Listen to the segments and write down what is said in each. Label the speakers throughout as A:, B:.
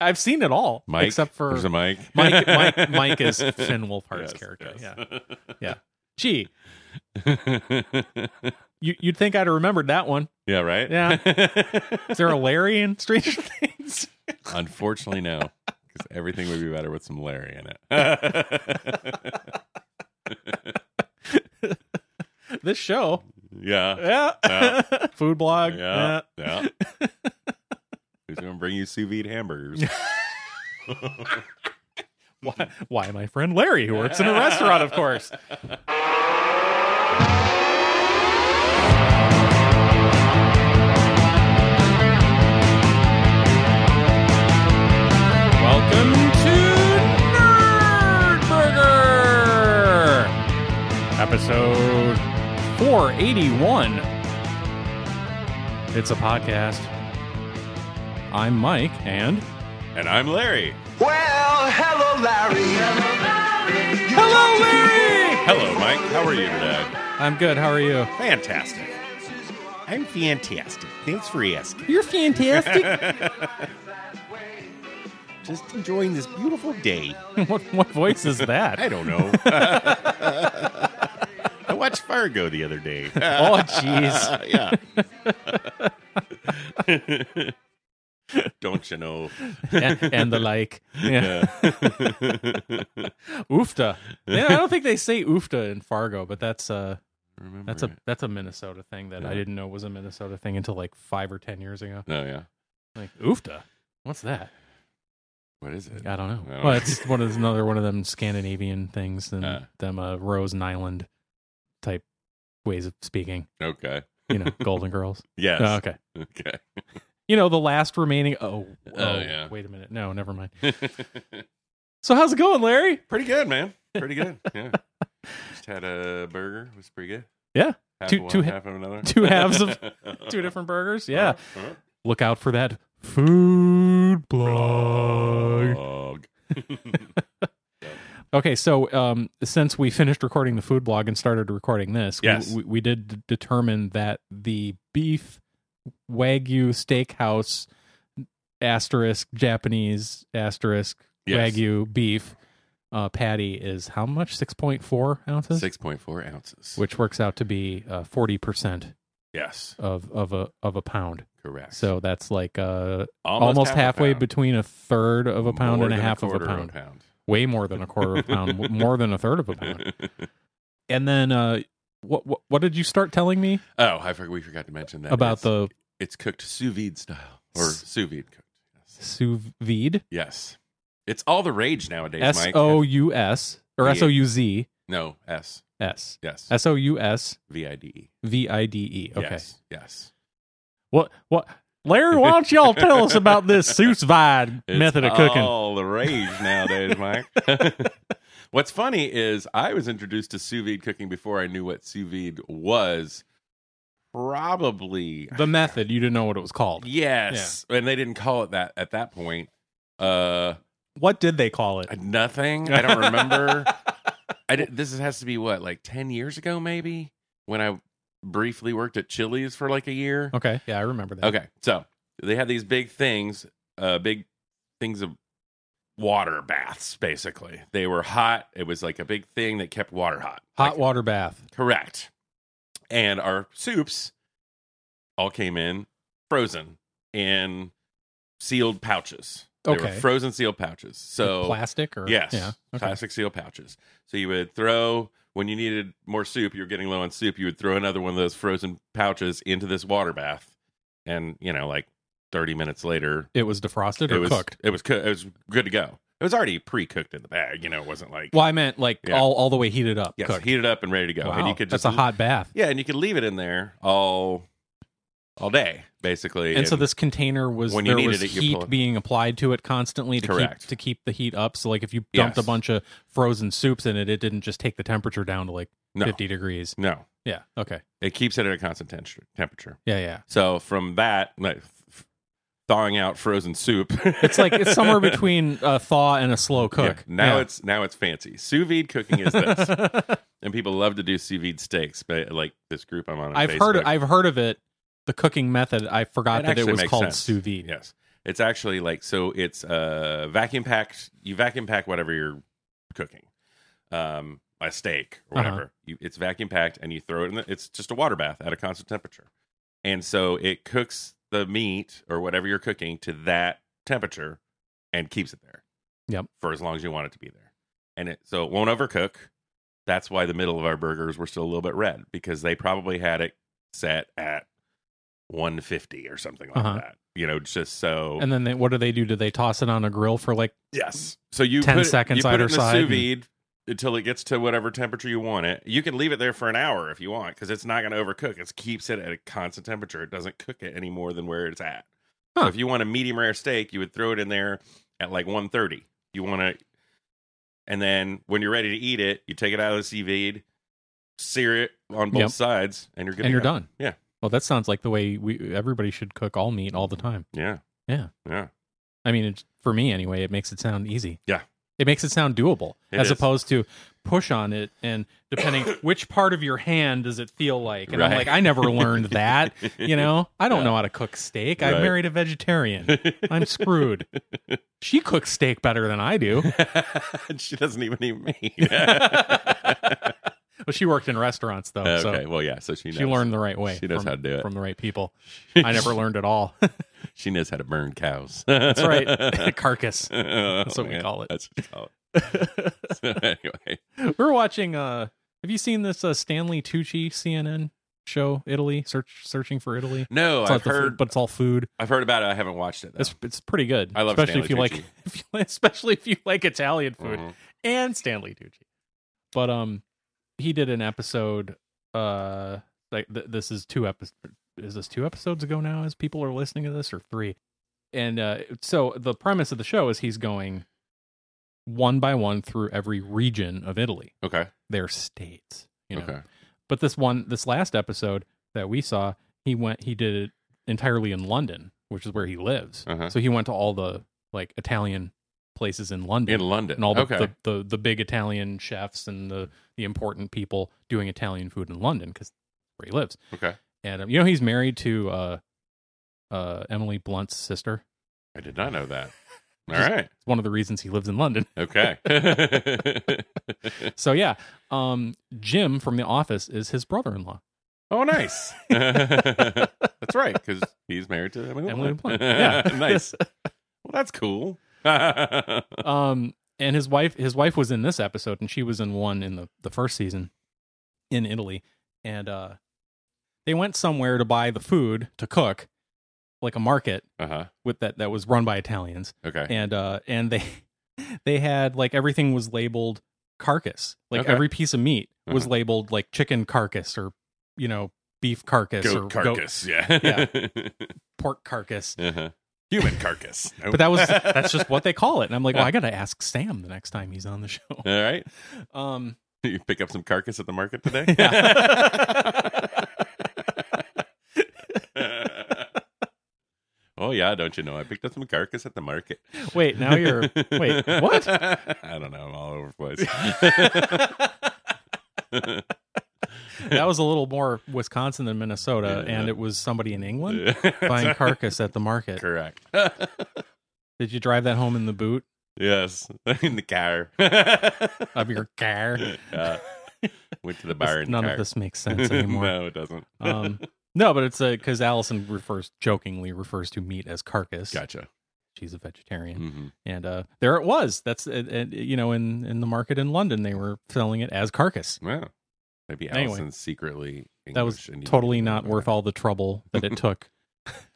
A: I've seen it all,
B: Mike,
A: except for
B: There's a Mike.
A: Mike, Mike. Mike is Finn Wolfhard's
B: Yes,
A: character.
B: yes.
A: Yeah, yeah. Gee, you, you'd think I'd have remembered that one.
B: yeah, right.
A: Is there a Larry in Stranger Things?
B: Unfortunately, no, because everything would be better with some Larry in it.
A: this show,
B: yeah,
A: yeah.
B: Yeah.
A: Food blog,
B: yeah, yeah. Who's gonna bring you sous vide hamburgers?
A: Why, why my friend Larry, who works in a restaurant, of course.
B: Welcome to Nerd Burger.
A: Episode 481. It's a podcast. I'm Mike, and
B: And I'm Larry.
C: Well, hello, Larry.
A: hello, Larry.
B: Hello, Mike. How are you today?
A: I'm good. How are you?
B: Fantastic. I'm fantastic. Thanks for asking.
A: You're fantastic.
B: Just enjoying this beautiful day.
A: what, what voice is
B: I
A: that?
B: don't know. I watched Fargo the other day.
A: Oh, jeez.
B: yeah. don't you know?
A: And, and the like. Yeah.
B: Yeah.
A: Oofta. Yeah, I don't think they say oofta in Fargo, but that's uh
B: Remember
A: that's a that's a Minnesota thing that I
B: Yeah.
A: didn't know was a Minnesota thing until like five or ten years ago.
B: No, Oh, yeah.
A: Like oofta, what's that?
B: What is it?
A: I don't know.
B: I don't
A: well,
B: know.
A: it's one of another one of them Scandinavian things and
B: Ah.
A: them uh, Rose and Island type ways of speaking.
B: Okay.
A: You know, Golden Girls.
B: Yes.
A: Oh, okay.
B: okay.
A: You know, the last remaining. Oh,
B: Oh,
A: oh,
B: yeah.
A: Wait a minute. No, never mind. So how's it going, Larry?
B: pretty good, man. Pretty good. Yeah. Just had a burger. It was pretty good.
A: Yeah.
B: Half
A: Two-
B: of one,
A: two ha-
B: half of another.
A: two halves of- Two different burgers. Yeah.
B: Uh-huh.
A: Look out for that food blog.
B: Dog.
A: Okay, so um, since we finished recording the food blog and started recording this, we-
B: Yes.
A: we, we, did d- determine that the beef wagyu steakhouse asterisk Japanese asterisk
B: Yes.
A: wagyu beef uh, patty is how much? Six point four ounces,
B: Six point four ounces.
A: which works out to be uh, forty percent
B: yes,
A: of of a of a pound.
B: correct.
A: So that's like uh, almost,
B: half a
A: halfway
B: pound.
A: between a third of a pound
B: More
A: and a
B: than
A: half of a
B: quarter
A: pound way more than a quarter of a pound, w- more than a third of a pound.
B: pound.
A: And then, uh, what, what what did you start telling me
B: oh, I forgot. We forgot to mention that
A: about
B: it's,
A: the
B: It's cooked sous vide style or
A: S-
B: sous vide cooked. Yes.
A: sous vide?
B: Yes. it's all the rage nowadays.
A: S
B: Mike.
A: O U S or
B: Yeah.
A: S O U Z
B: No S.
A: S
B: Yes.
A: S O U S
B: V I D E.
A: V I D E. Okay.
B: Yes. Yes.
A: What what? Larry, why don't y'all tell us about this sous vide
B: It's
A: method of cooking?
B: All the rage nowadays, Mike. What's funny is I was introduced to sous vide cooking before I knew what sous vide was. Probably
A: the method you didn't know what it was called.
B: yes, and they didn't call it that at that point. Uh,
A: What did they call it?
B: nothing. I don't remember. I did, this has to be what like ten years ago, maybe when I briefly worked at Chili's for like a year.
A: Okay, yeah, I remember that.
B: Okay, so they had these big things, uh, big things of water baths. Basically, they were hot. It was like a big thing that kept water hot.
A: hot
B: Like-
A: water bath.
B: correct. And our soups all came in frozen in sealed pouches. They were
A: Okay.
B: frozen sealed pouches. So
A: plastic or
B: Yes.
A: yeah, okay.
B: Plastic seal pouches. So you would throw when you needed more soup, you were getting low on soup, you would throw another one of those frozen pouches into this water bath. And, you know, like 30 minutes later,
A: It was defrosted
B: it
A: or
B: was
A: cooked.
B: it was cooked. It was good to go. It was already pre-cooked in the bag, you know, it wasn't like
A: Well, I meant like
B: Yeah.
A: all all the way heated up.
B: yes,
A: cooked.
B: heated up and ready to go.
A: Wow,
B: And you could just
A: that's a hot bath.
B: Yeah, and you could leave it in there all all day basically.
A: And so this container was
B: when you
A: there was
B: needed it, you
A: heat
B: pull it.
A: being applied to it constantly to
B: Correct.
A: keep to keep the heat up. So like if you dumped
B: Yes.
A: a bunch of frozen soups in it, it didn't just take the temperature down to like
B: no,
A: fifty degrees.
B: No.
A: Yeah. Okay.
B: It keeps it at a constant temperature- temperature.
A: Yeah. Yeah.
B: So from that, like f- thawing out frozen soup,
A: It's like it's somewhere between a thaw and a slow
B: Yeah.
A: cook.
B: Now it's now it's fancy. Sous vide cooking is this,
A: it's
B: and people love to do sous vide steaks. But like this group I'm on, on
A: I've heard
B: Facebook-
A: I've heard of it. The cooking method. I forgot
B: It
A: that it
B: actually
A: was
B: makes
A: called
B: sense.
A: sous vide.
B: yes, It's actually like so. It's uh, vacuum packed. You vacuum pack whatever you're cooking, um, a steak or
A: Uh-huh.
B: whatever. You, it's vacuum packed, and you throw it in. The, it's just a water bath at a constant temperature, and so it cooks the meat or whatever you're cooking to that temperature, and keeps it there.
A: Yep.
B: For as long as you want it to be there, and it so it won't overcook. That's why the middle of our burgers were still a little bit red because they probably had it set at 150 or something like
A: Uh-huh.
B: that. You know, just so
A: And then they, what do they do? Do they toss it on a grill for like?
B: yes. So you
A: 10
B: put it-
A: seconds
B: you put
A: either
B: it in
A: side
B: the
A: and-
B: sous vide until it gets to whatever temperature you want it. You can leave it there for an hour if you want because it's not going to overcook. It keeps it at a constant temperature. It doesn't cook it any more than where it's at. So
A: Huh.
B: if you want a medium rare steak, you would throw it in there at like 130. You want to, and then when you're ready to eat it, you take it out of the sous vide, sear it on both
A: Yep.
B: sides, and you're good to
A: and you're
B: go.
A: done.
B: Yeah.
A: Well, that sounds like the way we everybody should cook all meat all the time.
B: Yeah.
A: Yeah.
B: Yeah.
A: I mean, it's, for me anyway, it makes it sound easy.
B: Yeah.
A: It makes it sound doable
B: It
A: as
B: is.
A: opposed to push on it and depending which part of your hand does it feel like. And I'm
B: Right.
A: like, I never learned that. You know, I don't
B: Yeah.
A: know how to cook steak. I
B: Right.
A: married a vegetarian. I'm screwed. she cooks steak better than I do.
B: she doesn't even eat meat. okay.
A: Well, she worked in restaurants though, Oh, so
B: Oh, Well, yeah. So she knows.
A: she learned the right way.
B: She knows
A: from,
B: how to do it.
A: from the right people. I never learned at all.
B: She knows how to burn cows.
A: That's right, carcass.
B: That's
A: what we call it.
B: That's what we call it. so anyway,
A: We We're watching. uh Have you seen this uh, Stanley Tucci CNN show? Italy search searching for Italy.
B: no,
A: It's
B: Oh, I've
A: like the food,
B: heard.
A: but it's all food.
B: I've heard about it. I haven't watched it. Though.
A: It's it's pretty good.
B: I love
A: especially if you
B: Stanley
A: like if you, especially if you like Italian food
B: Mhm.
A: and Stanley Tucci. But um, he did an episode. Uh, like th- this is two episodes. Is this two episodes ago now? As people are listening to this, or three? And uh, so the premise of the show is he's going one by one through every region of Italy
B: Okay.
A: their states. You know,
B: Okay.
A: but this one, this last episode that we saw, he went, he did it entirely in London, which is where he lives.
B: Uh-huh.
A: So he went to all the like Italian places in London
B: In London.
A: and all the,
B: okay.
A: the, the the big Italian chefs and the the important people doing Italian food in London because where he lives.
B: okay.
A: And um, you know, he's married to uh, uh, Emily Blunt's sister.
B: I did not know that. All
A: Just-
B: right.
A: It's one of the reasons he lives in London.
B: Okay.
A: So yeah, um, Jim from The Office is his brother-in-law.
B: oh, nice. that's right, because he's married to Emily.
A: Emily Blunt.
B: Blunt.
A: Yeah.
B: nice. Well, that's cool. Uh-huh. okay.
A: um and his wife his wife was in this episode and she was in one in the the first season in Italy and uh they went somewhere to buy the food to cook like a market
B: Uh huh.
A: with that that was run by Italians
B: Okay.
A: and uh and they they had like everything was labeled carcass like
B: Okay.
A: every piece of meat was
B: Uh-huh.
A: labeled like chicken carcass or you know beef carcass or
B: Goat
A: goat-
B: carcass. Yeah. Yeah.
A: pork carcass
B: Uh-huh. Human carcass.
A: but that was that's just what they call it and I'm like well I got to ask Sam the next time he's on the show
B: all right.
A: um
B: You pick up some carcass at the market today. oh yeah, don't you know? I picked up some carcass at the market.
A: Wait, now you're wait, what?
B: I don't know. I'm all over the place.
A: That was a little more Wisconsin than Minnesota,
B: Yeah.
A: and it was somebody in England buying carcass at the market.
B: Correct.
A: Did you drive that home in the boot
B: yes, in the car.
A: of your car?
B: Uh, went to the bar
A: This-
B: in
A: None
B: the car.
A: of this makes sense anymore.
B: no, it doesn't.
A: um, no, but it's because Allison refers jokingly refers to meat as carcass.
B: gotcha.
A: She's a vegetarian,
B: hmm
A: and uh, there it was. That's uh, uh, you know in in the market in London they were selling it as carcass.
B: Wow. Maybe
A: Anyway.
B: Allison secretly. English
A: that was
B: and you
A: totally
B: didn't
A: not
B: know
A: worth
B: that.
A: all the trouble that it took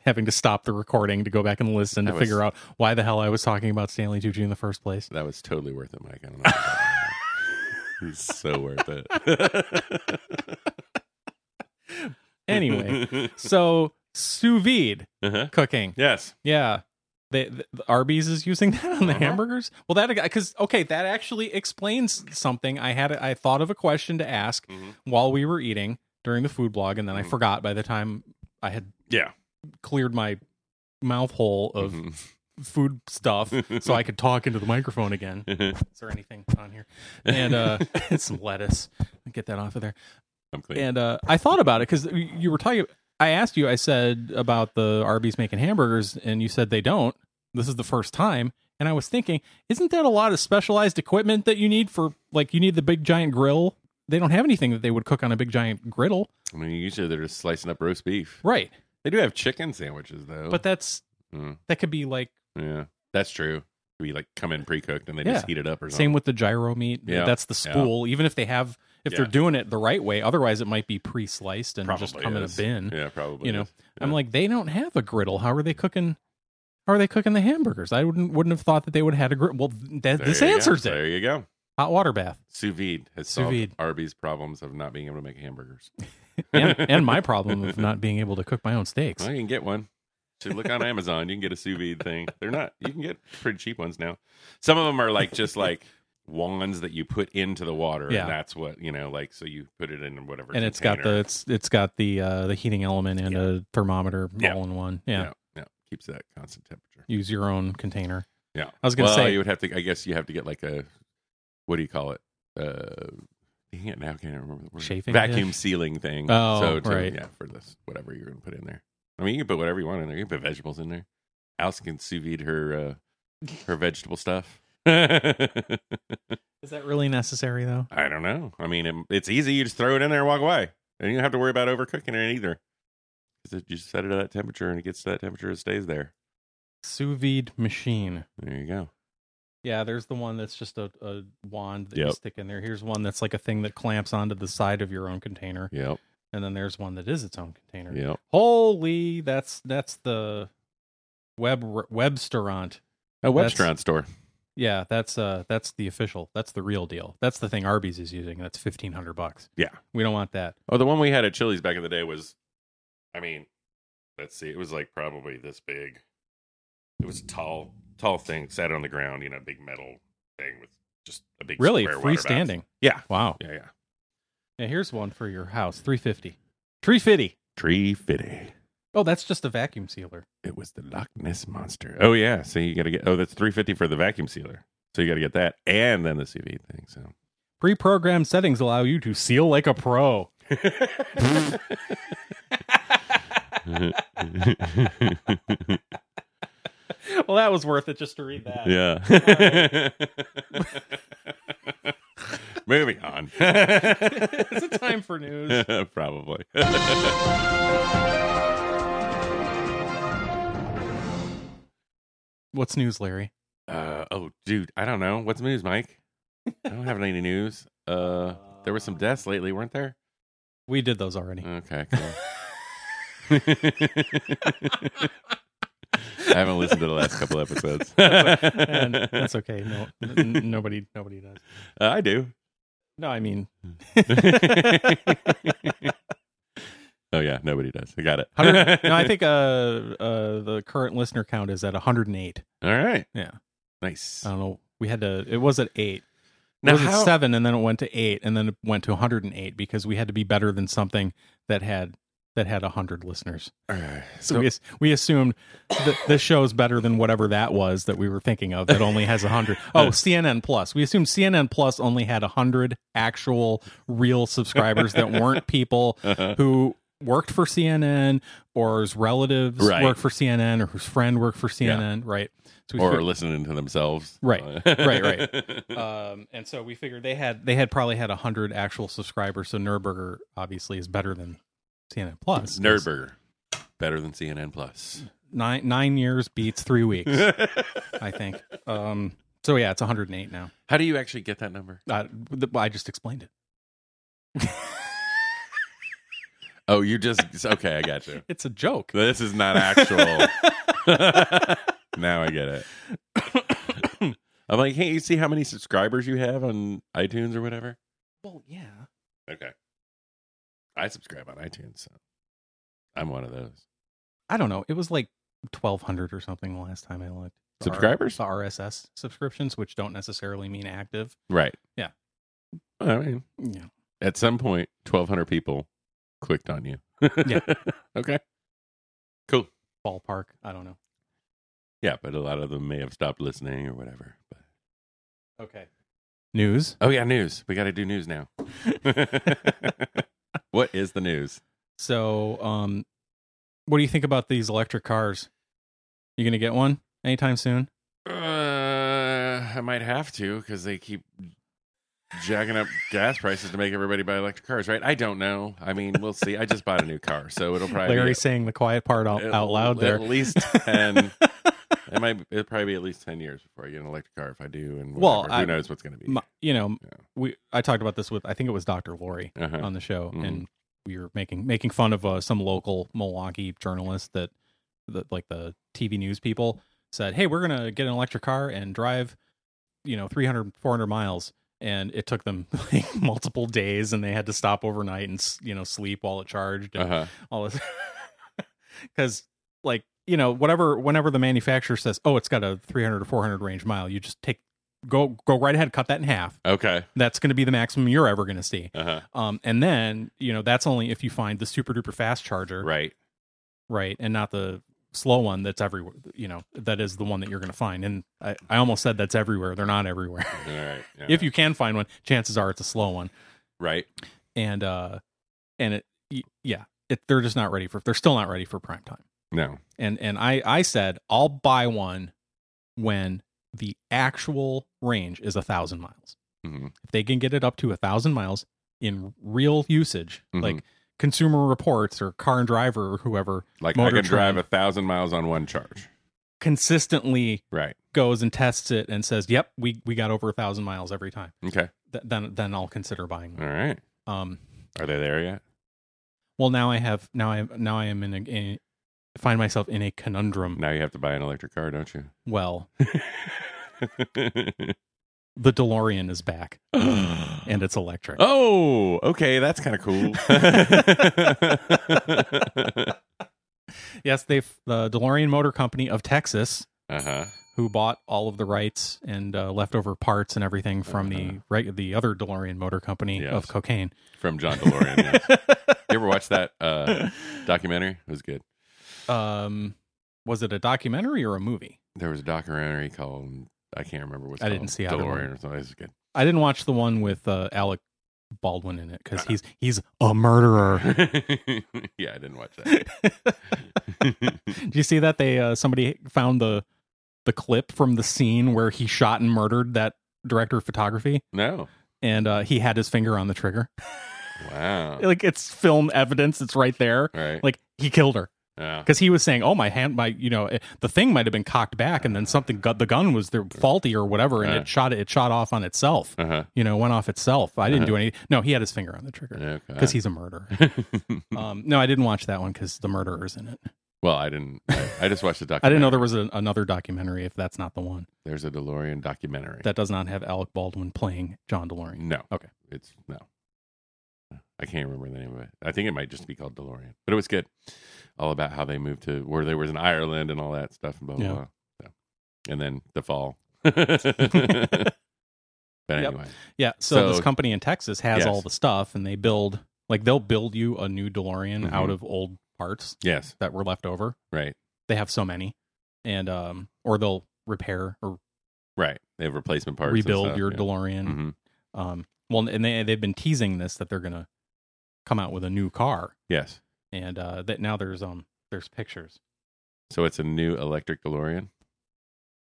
A: having to stop the recording to go back and listen to
B: That
A: figure
B: was-
A: out why the hell I was talking about Stanley Tucci in the first place.
B: That was totally worth it, Mike. I don't know. It's so worth it.
A: Anyway, so sous vide
B: Uh-huh.
A: cooking.
B: yes.
A: Yeah. They, the, the Arby's is using that on the
B: Uh-huh.
A: hamburgers. Well, that because okay, that actually explains something. I had I thought of a question to ask
B: Mhm.
A: while we were eating during the food blog, and then I
B: Mhm.
A: forgot by the time I had
B: Yeah.
A: cleared my mouth hole of
B: Mm-hmm.
A: food stuff, so I could talk into the microphone again.
B: Mhm.
A: Is there anything on here? And uh, some lettuce. Get that off of there.
B: I'm clean.
A: And uh, I thought about it because you were talking. I asked you. I said about the Arby's making hamburgers, and you said they don't. This is the first time. And I was thinking, isn't that a lot of specialized equipment that you need for, like, you need the big giant grill? They don't have anything that they would cook on a big giant griddle.
B: I mean, usually they're just slicing up roast beef.
A: Right.
B: They do have chicken sandwiches though.
A: But that's,
B: Mm.
A: that could be like,
B: yeah, that's true. We like come in pre-cooked and they just
A: Yeah.
B: heat it up or something.
A: same with the gyro meat.
B: Yeah.
A: That's the spool. Even if they have, if they're
B: Yeah.
A: doing it the right way, otherwise it might be pre sliced and just
B: Probably
A: come
B: is.
A: in a bin.
B: Yeah, probably.
A: you know
B: is.
A: i'm
B: Yeah.
A: like they don't have a griddle how are they cooking how are they cooking the hamburgers i wouldn't wouldn't have thought that they would have had a griddle well th- that,
B: There
A: this
B: you go.
A: answers it
B: There you go.
A: hot water bath
B: Sous vide has
A: Sous
B: solved
A: vide.
B: Arby's problems of not being able to make hamburgers.
A: and, and my problem of not being able to cook my own steaks
B: Well, you can get one. Should look on Amazon. You can get a sous vide thing. They're not. You can get pretty cheap ones now. Some of them are like just like wands that you put into the water.
A: Yeah.
B: and that's what you know. Like so, you put it in whatever.
A: and it's got the
B: container.
A: it's it's got the uh the heating element and a thermometer
B: Yeah.
A: all in one yeah.
B: yeah, yeah. keeps that constant temperature.
A: use your own container
B: Yeah,
A: I was gonna
B: Well,
A: say-
B: you would have to. I guess you have to get like a what do you call it? Uh, dang it, now I can't remember the word.
A: Chafing
B: vacuum
A: dish?
B: sealing thing.
A: Oh,
B: so to,
A: right.
B: Yeah, for this whatever you're gonna put in there. I mean, you can put whatever you want in there. You can put vegetables in there. Alice can sous vide her uh, her vegetable stuff. I
A: is that really necessary though
B: don't know. I mean, it- it's easy. You just throw it in there and walk away, and you don't have to worry about overcooking it either. 'Cause it- You set it at that temperature, and it gets to that temperature, it stays there.
A: sous vide machine
B: There you go.
A: yeah there's the one that's just a, a wand that you
B: Yep.
A: stick in there here's one that's like a thing that clamps onto the side of your own container
B: Yep.
A: and then there's one that is its own container
B: Yep.
A: Holy, that's that's the web Websterant.
B: A
A: That's-
B: restaurant store.
A: Yeah, that's uh that's the official. That's the real deal. That's the thing Arby's is using. That's fifteen hundred bucks.
B: Yeah.
A: we don't want that.
B: Oh, the one we had at Chili's back in the day was, I mean, let's see, it was like probably this big. It was a tall, tall thing, sat on the ground, you know, big metal thing with just a big
A: Really,
B: square water bath.
A: freestanding.
B: Yeah,
A: Wow.
B: yeah, yeah.
A: Yeah, here's one for your house. Three fifty. Three fifty.
B: Tree fitty.
A: Oh, that's just a vacuum sealer.
B: It was the Loch Ness monster. Oh yeah, so you got to get. Oh, that's three fifty for the vacuum sealer. So you got to get that and then the CV thing. So
A: Pre-programmed settings allow you to seal like a pro. Well, that was worth it just to read that.
B: yeah. Moving on.
A: it's a time for news.
B: Probably.
A: What's news, Larry?
B: Uh, oh, dude, I don't know. What's the news, Mike? I don't have any news. Uh, there were some deaths lately, weren't there?
A: We did those already.
B: Okay, cool. I haven't listened to the last couple episodes.
A: and that's okay. No, n- n- nobody, nobody does.
B: Uh, I do.
A: No, I mean,
B: oh yeah, nobody does. I got it.
A: 100 no, I think uh, uh, the current listener count is at 108.
B: All right.
A: Yeah.
B: Nice.
A: I don't know. We had to. It was at eight. It
B: now,
A: was
B: how-
A: at seven, and then it went to eight, and then it went to 108 because we had to be better than something that had that had 100 listeners.
B: All right.
A: So,
B: So-
A: we as- we assumed that this show's better than whatever that was that we were thinking of that only has 100. Oh, CNN Plus. We assumed CNN Plus only had 100 actual real subscribers that weren't people
B: Uh-huh.
A: who worked for CNN or whose relatives
B: Right.
A: worked for CNN or whose friend worked for CNN, right? So we
B: or
A: fig-
B: listening to themselves. Uh,
A: Right. Right,
B: right.
A: um, and so we figured they had they had probably had 100 actual subscribers so Nerdburger obviously is better than CNN Plus.
B: Nerdburger. Better than CNN Plus.
A: 9 9 years beats 3 weeks. I think. Um, so yeah, it's 108 now.
B: How do you actually get that number?
A: Uh, th- I just explained it.
B: Oh, you just okay. I got you.
A: It's a joke.
B: This is not actual. now I get it. I'm like, hey, you see how many subscribers you have on iTunes or whatever?
A: Well, yeah.
B: Okay. I subscribe on iTunes, so I'm one of those.
A: I don't know. It was like 1200 or something the last time I looked. The R-
B: Subscribers?
A: the RSS subscriptions, which don't necessarily mean active.
B: Right.
A: Yeah.
B: I mean,
A: Yeah.
B: at some point, 1,200 people clicked on you.
A: Yeah.
B: okay. Cool.
A: Ballpark. I don't know.
B: Yeah, but a lot of them may have stopped listening or whatever. But
A: Okay. News.
B: Oh, yeah, news. We got to do news now. what is the news?
A: So, um, what do you think about these electric cars? You gonna get one? anytime soon?
B: Uh, I might have to because they keep jacking up gas prices to make everybody buy electric cars, right? I don't know. I mean, we'll see. I just bought a new car, so it'll probably
A: Larry
B: be
A: saying the quiet part out,
B: at-
A: out loud
B: At
A: there.
B: least ten. it might. It'll probably be at least ten years before I get an electric car. If I do, and
A: Well,
B: whatever.
A: I-
B: who knows what's going to be?
A: My- you know,
B: Yeah.
A: we I talked about this with I think it was Dr. Lori
B: uh-huh.
A: on the show,
B: Mhm.
A: and we were making making fun of uh, some local Milwaukee journalist that that like the TV news people said, "Hey, we're gonna get an electric car and drive, you know, 300 400 miles." And it took them like multiple days, and they had to stop overnight and s- you know sleep while it charged and
B: Uh-huh.
A: all this because like you know whatever whenever the manufacturer says, "Oh, it's got a 300 or 400 range mile," you just take go go right ahead, cut that in half.
B: Okay.
A: That's going to be the maximum you're ever going to see.
B: Uh huh.
A: Um, and then you know that's only if you find the super duper fast charger,
B: Right.
A: right, and not the slow one that's everywhere. You know that is the one that you're going to find. And I, I almost said that's everywhere. They're not everywhere.
B: All right. Yeah.
A: if you can find one, chances are it's a slow one.
B: right.
A: And uh, and it y- yeah, it, they're just not ready for. They're still not ready for prime time.
B: No.
A: And and I I said I'll buy one when the actual range is a thousand miles.
B: Mhm.
A: if they can get it up to a thousand miles in real usage,
B: Mhm.
A: like Consumer Reports or Car and Driver or whoever,
B: Like
A: Motor
B: I can drive
A: train.
B: a thousand miles on one charge.
A: consistently
B: Right.
A: goes and tests it and says, "Yep, we we got over a thousand miles every time,"
B: Okay.
A: Th- then then I'll consider buying
B: All
A: one.
B: right.
A: Um,
B: Are they there yet?
A: well, now I have now I now I am in a, in find myself in a conundrum.
B: Now you have to buy an electric car, don't you?
A: Well, the DeLorean is back and it's electric.
B: oh, okay. That's kind of cool.
A: Yes, they've the DeLorean Motor Company of Texas
B: uh huh.
A: who bought all of the rights and uh, leftover parts and everything from the right, the other DeLorean Motor Company
B: Yes.
A: of cocaine.
B: From John DeLorean. yeah. You ever watch that uh, documentary? It was good.
A: um, was it a documentary or a movie?
B: There was a documentary called I can't remember what's
A: I didn't
B: called,
A: see either one.
B: DeLorean or something. It was good.
A: I didn't watch the one with uh, Alec Baldwin in it because he's he's a murderer.
B: yeah, I didn't watch that.
A: Did you see that they uh, somebody found the the clip from the scene where he shot and murdered that director of photography,
B: no.
A: and uh, he had his finger on the trigger.
B: Wow.
A: like it's film evidence; it's right there.
B: Right.
A: Like he killed her.
B: Yeah.
A: because he was saying, "Oh, my hand, my you know, eh, the thing might have been cocked back, and then something got the gun was there, faulty or whatever, and
B: Uh.
A: it shot it shot off on itself.
B: Uh huh.
A: You know, went off itself. I didn't do any. No, he had his finger on the trigger because he's a murderer. um, no, I didn't watch that one because the murderer's in it.
B: well, I didn't. I, I just watched the documentary.
A: I didn't know there was a, another documentary. If that's not the one
B: There's a DeLorean documentary.
A: that does not have Alec Baldwin playing John DeLorean,
B: no.
A: Okay.
B: It's no. I can't remember the name of it. I think it might just be called DeLorean, but it was good. All about how they moved to where they was in Ireland and all that stuff and blah blah.
A: Yeah.
B: blah. So, and then the fall. but anyway,
A: yeah. So,
B: So-
A: this company in Texas has
B: Yes.
A: all the stuff, and they build like they'll build you a new DeLorean
B: Mhm.
A: out of old parts
B: yes,
A: that were left over.
B: right,
A: they have so many and um or they'll repair or
B: right. They have replacement parts. and
A: rebuild
B: stuff,
A: your
B: yeah.
A: DeLorean
B: Mhm.
A: um well and they they've been teasing this that they're going to come out with a new car
B: Yes.
A: and uh that now there's um there's pictures
B: So it's a new electric DeLorean.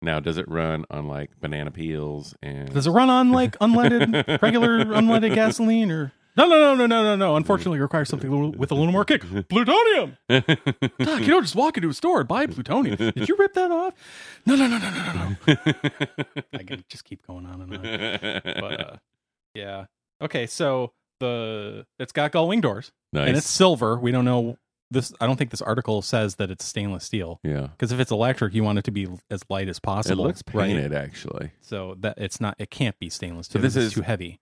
B: Now, does it run on like banana peels and?
A: does it run on like unleaded regular unleaded gasoline or no no no no no no no unfortunately it requires something a little- with a little more kick plutonium Doc, you don't just walk into a store and buy plutonium did you rip that off no no no no no no no i can just keep going on and on but uh, yeah. Okay, so the it's got gull wing doors
B: nice.
A: and it's silver. We don't know this. I don't think this article says that it's stainless steel
B: yeah.
A: because if it's electric, you want it to be l- as light as
B: It
A: possible.
B: looks
A: right?
B: painted actually.
A: so that it's not. It can't be stainless.
B: So
A: Steel.
B: this
A: It's
B: is-
A: too heavy.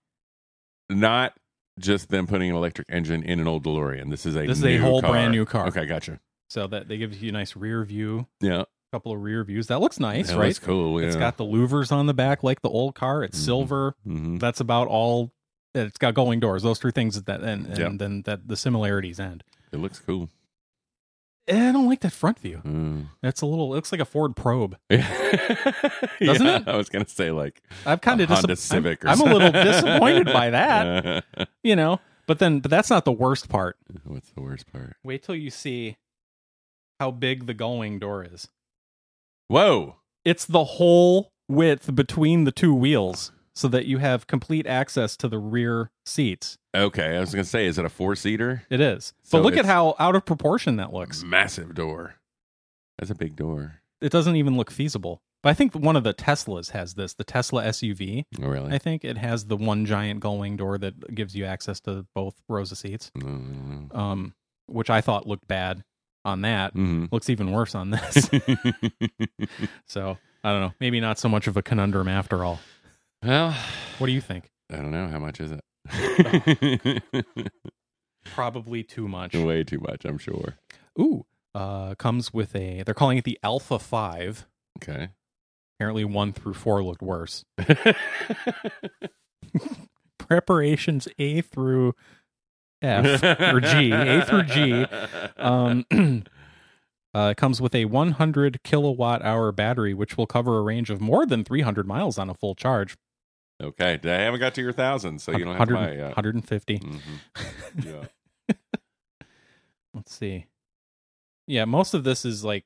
B: Not just them putting an electric engine in an old DeLorean. This is a
A: This is a
B: new
A: whole
B: car.
A: brand new car.
B: Okay, gotcha.
A: So that they give you a nice rear view,
B: Yeah,
A: a couple of rear views. That looks nice,
B: that
A: right?
B: looks cool. Yeah.
A: It's got the louvers on the back like the old car. It's
B: Mhm.
A: silver.
B: Mhm.
A: That's about all. It's got gull wing doors. Those three things that and, and
B: Yeah.
A: then that the similarities end.
B: It looks cool.
A: Eh, I don't like that front view.
B: Mm.
A: It's a little. It looks like a Ford Probe.
B: Doesn't
A: Doesn't it?
B: I was gonna say like
A: I'm kind
B: a
A: of
B: Honda
A: disappointed.
B: Civic. Or
A: I'm, I'm a little
B: something.
A: disappointed by that.
B: Uh,
A: You know, but then, but that's not the worst part.
B: what's the worst part?
A: Wait till you see how big the gullwing door is.
B: Whoa!
A: It's the whole width between the two wheels so that you have complete access to the rear seats.
B: Okay, I was gonna say, is it a four seater?
A: It is.
B: So
A: but look at
B: it's- Mm-hmm.
A: how out of proportion that looks.
B: Massive door. That's a big door.
A: It doesn't even look feasible. But I think one of the Teslas has this, the Tesla SUV.
B: Oh, really?
A: I think it has the one giant gullwing door that gives you access to both rows of seats,
B: Mm.
A: um, which I thought looked bad on that.
B: Mm-hmm.
A: Looks even worse on this. so I don't know. Maybe not so much of a conundrum after all.
B: well,
A: What do you think?
B: I don't know. How much is it?
A: Probably too much.
B: Way too much, I'm sure.
A: Ooh, uh, comes with a. They're calling it the Alpha Five.
B: Okay.
A: Apparently, one through four looked worse. Preparations A through F or G, A through G. Um, uh, it comes with a 100 kilowatt hour battery, which will cover a range of more than 300 miles on a full charge.
B: okay. I haven't got to your thousand, so you don't have
A: 100
B: to buy it yet.
A: 150.
B: Mhm. Yeah.
A: Let's see. Yeah, most of this is like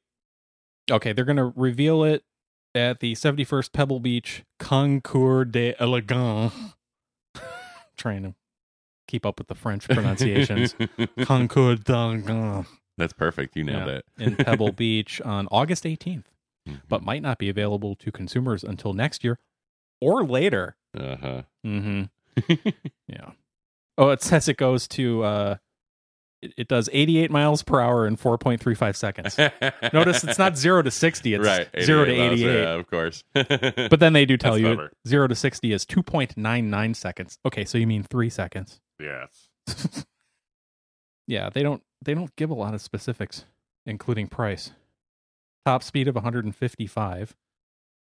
A: okay, they're gonna reveal it at the seventy first Pebble Beach Concours de Elegance. Trying to keep up with the French pronunciations. Concours d'Elegance
B: That's perfect. You nailed
A: Yeah.
B: it.
A: in Pebble Beach on August eighteenth,
B: Mhm.
A: but might not be available to consumers until next year or later.
B: uh-huh.
A: Mm-hmm. yeah. Oh, it says it goes to uh it, it does eighty eight miles per hour in four point three five seconds. Notice it's not zero to sixty, it's
B: right.
A: zero to
B: 88 miles,
A: eighty eight.
B: Yeah, of course.
A: But then they do tell
B: That's
A: you
B: clever.
A: zero to sixty is two point nine nine seconds. Okay, so you mean three seconds.
B: yes.
A: yeah, they don't they don't give a lot of specifics, including price. Top speed of 155.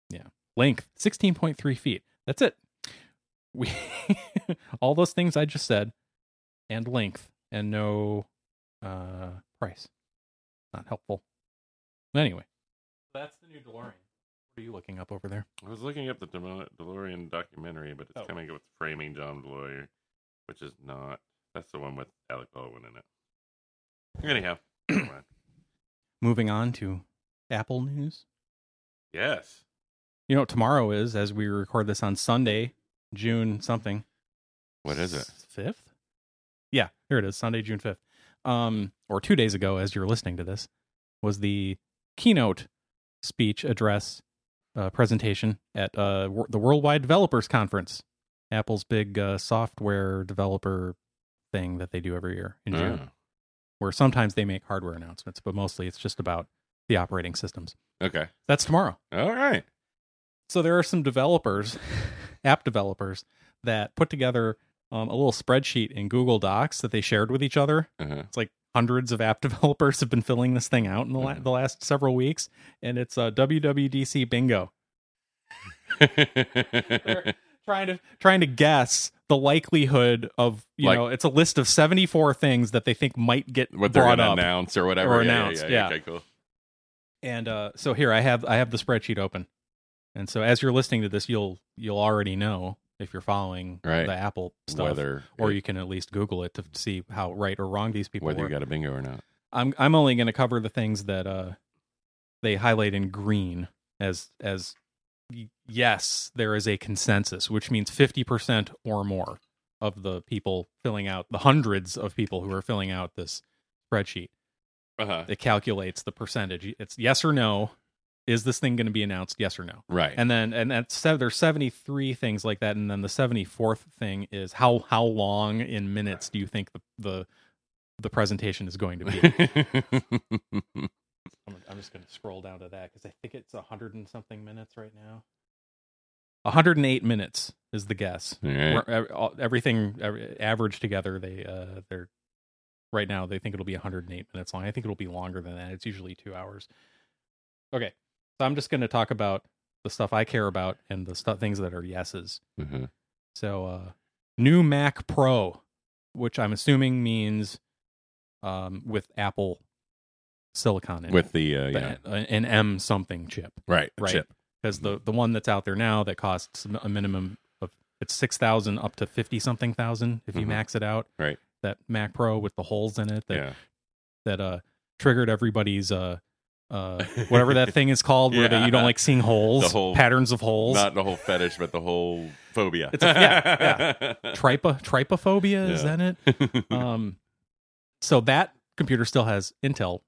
A: Yeah. Length 16.3 feet. That's it. We all those things I just said, and length, and no uh price. Not helpful. Anyway. That's the new DeLorean. What are you looking up over there?
B: I was looking up the Demo- DeLorean documentary, but it's
A: Oh.
B: coming up with Framing John DeLorean, which is not. That's the one with Alec Baldwin in it. Anyhow, never mind.
A: Moving on to Apple news.
B: yes.
A: You know what tomorrow is as we record this on Sunday, June something.
B: What is it?
A: Fifth? Yeah, here it is, Sunday, June fifth. Um, or two days ago, as you're listening to this, was the keynote speech address uh, presentation at uh, wor- the Worldwide Developers Conference, Apple's big uh, software developer thing that they do every year in June,
B: Mm.
A: where sometimes they make hardware announcements, but mostly it's just about the operating systems.
B: Oh, okay.
A: That's tomorrow.
B: All right.
A: So there are some developers, app developers, that put together um, a little spreadsheet in Google Docs that they shared with each other.
B: Uh-huh.
A: It's like hundreds of app developers have been filling this thing out in the, la- the last several weeks, and it's uh, WWDC bingo, trying to trying to guess the likelihood of you
B: Like-
A: know it's a list of seventy four things that they think might get
B: what they're
A: brought
B: going
A: up.
B: to announce or whatever.
A: Or
B: Yeah, yeah,
A: announced,
B: Yeah,
A: yeah.
B: Okay, cool.
A: And uh, so here I have I have the spreadsheet open, and so as you're listening to this, you'll you'll already know if you're following
B: Right.
A: the Apple stuff.
B: Whether
A: or you can at least Google it to see how right or wrong these people
B: whether
A: were.
B: you got a bingo or not.
A: I'm I'm only going to cover the things that uh they highlight in green as as y- yes, there is a consensus, which means 50% or more of the people filling out the hundreds of people who are filling out this spreadsheet.
B: Uh-huh.
A: It calculates the percentage. It's yes or no. Is this thing going to be announced? Yes or no.
B: Right.
A: And then and that's se- there's 73 things like that and then the 74th thing is how how long in minutes do you think the the, the presentation is going to be? I'm, I'm just going to scroll down to that cuz I think it's 100 and something minutes right now. 108 minutes is the guess.
B: All right.
A: Where ev- all- everything every, averaged together they uh they're right now they think it'll be 108 minutes long. I think it'll be longer than that. It's usually 2 hours. Okay. So I'm just going to talk about the stuff I care about and the stuff things that are yeses.
B: Uh-huh.
A: So uh new Mac Pro, which I'm assuming means um with Apple silicon in it.
B: With the uh, yeah.
A: The- an M something chip
B: Right. the
A: right?
B: Chip. Mm-hmm.
A: Because the the one that's out there now that costs a minimum of it's six thousand up to fifty something thousand if you
B: Mhm.
A: max it out.
B: Right.
A: That Mac Pro with the holes in it that
B: yeah.
A: that uh triggered everybody's uh, uh, whatever that thing is called, where that you don't
B: Yeah.
A: like seeing holes,
B: The whole-
A: patterns of holes.
B: Not the whole fetish, but the whole phobia.
A: It's a- yeah, Tripa tripophobia is
B: Yeah.
A: that it? Um, so that computer still has Intel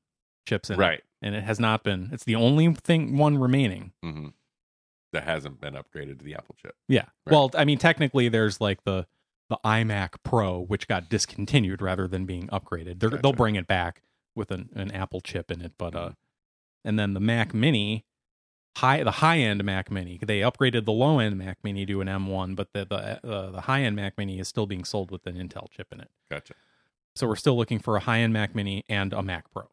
A: chips in it,
B: right.
A: and it has not been. It's the only thing one remaining.
B: hmm That hasn't been upgraded to the Apple chip.
A: Yeah.
B: Right.
A: Well, I mean, technically, there's like the the iMac Pro, which got discontinued rather than being upgraded. They're, They'll
B: Gotcha.
A: bring it back with an, an Apple chip in it, but uh, and then the Mac Mini, high the high end Mac Mini, they upgraded the low end Mac Mini to an M1, but the the uh, the high end Mac Mini is still being sold with an Intel chip in it.
B: Gotcha.
A: So we're still looking for a high end Mac Mini and a Mac Pro.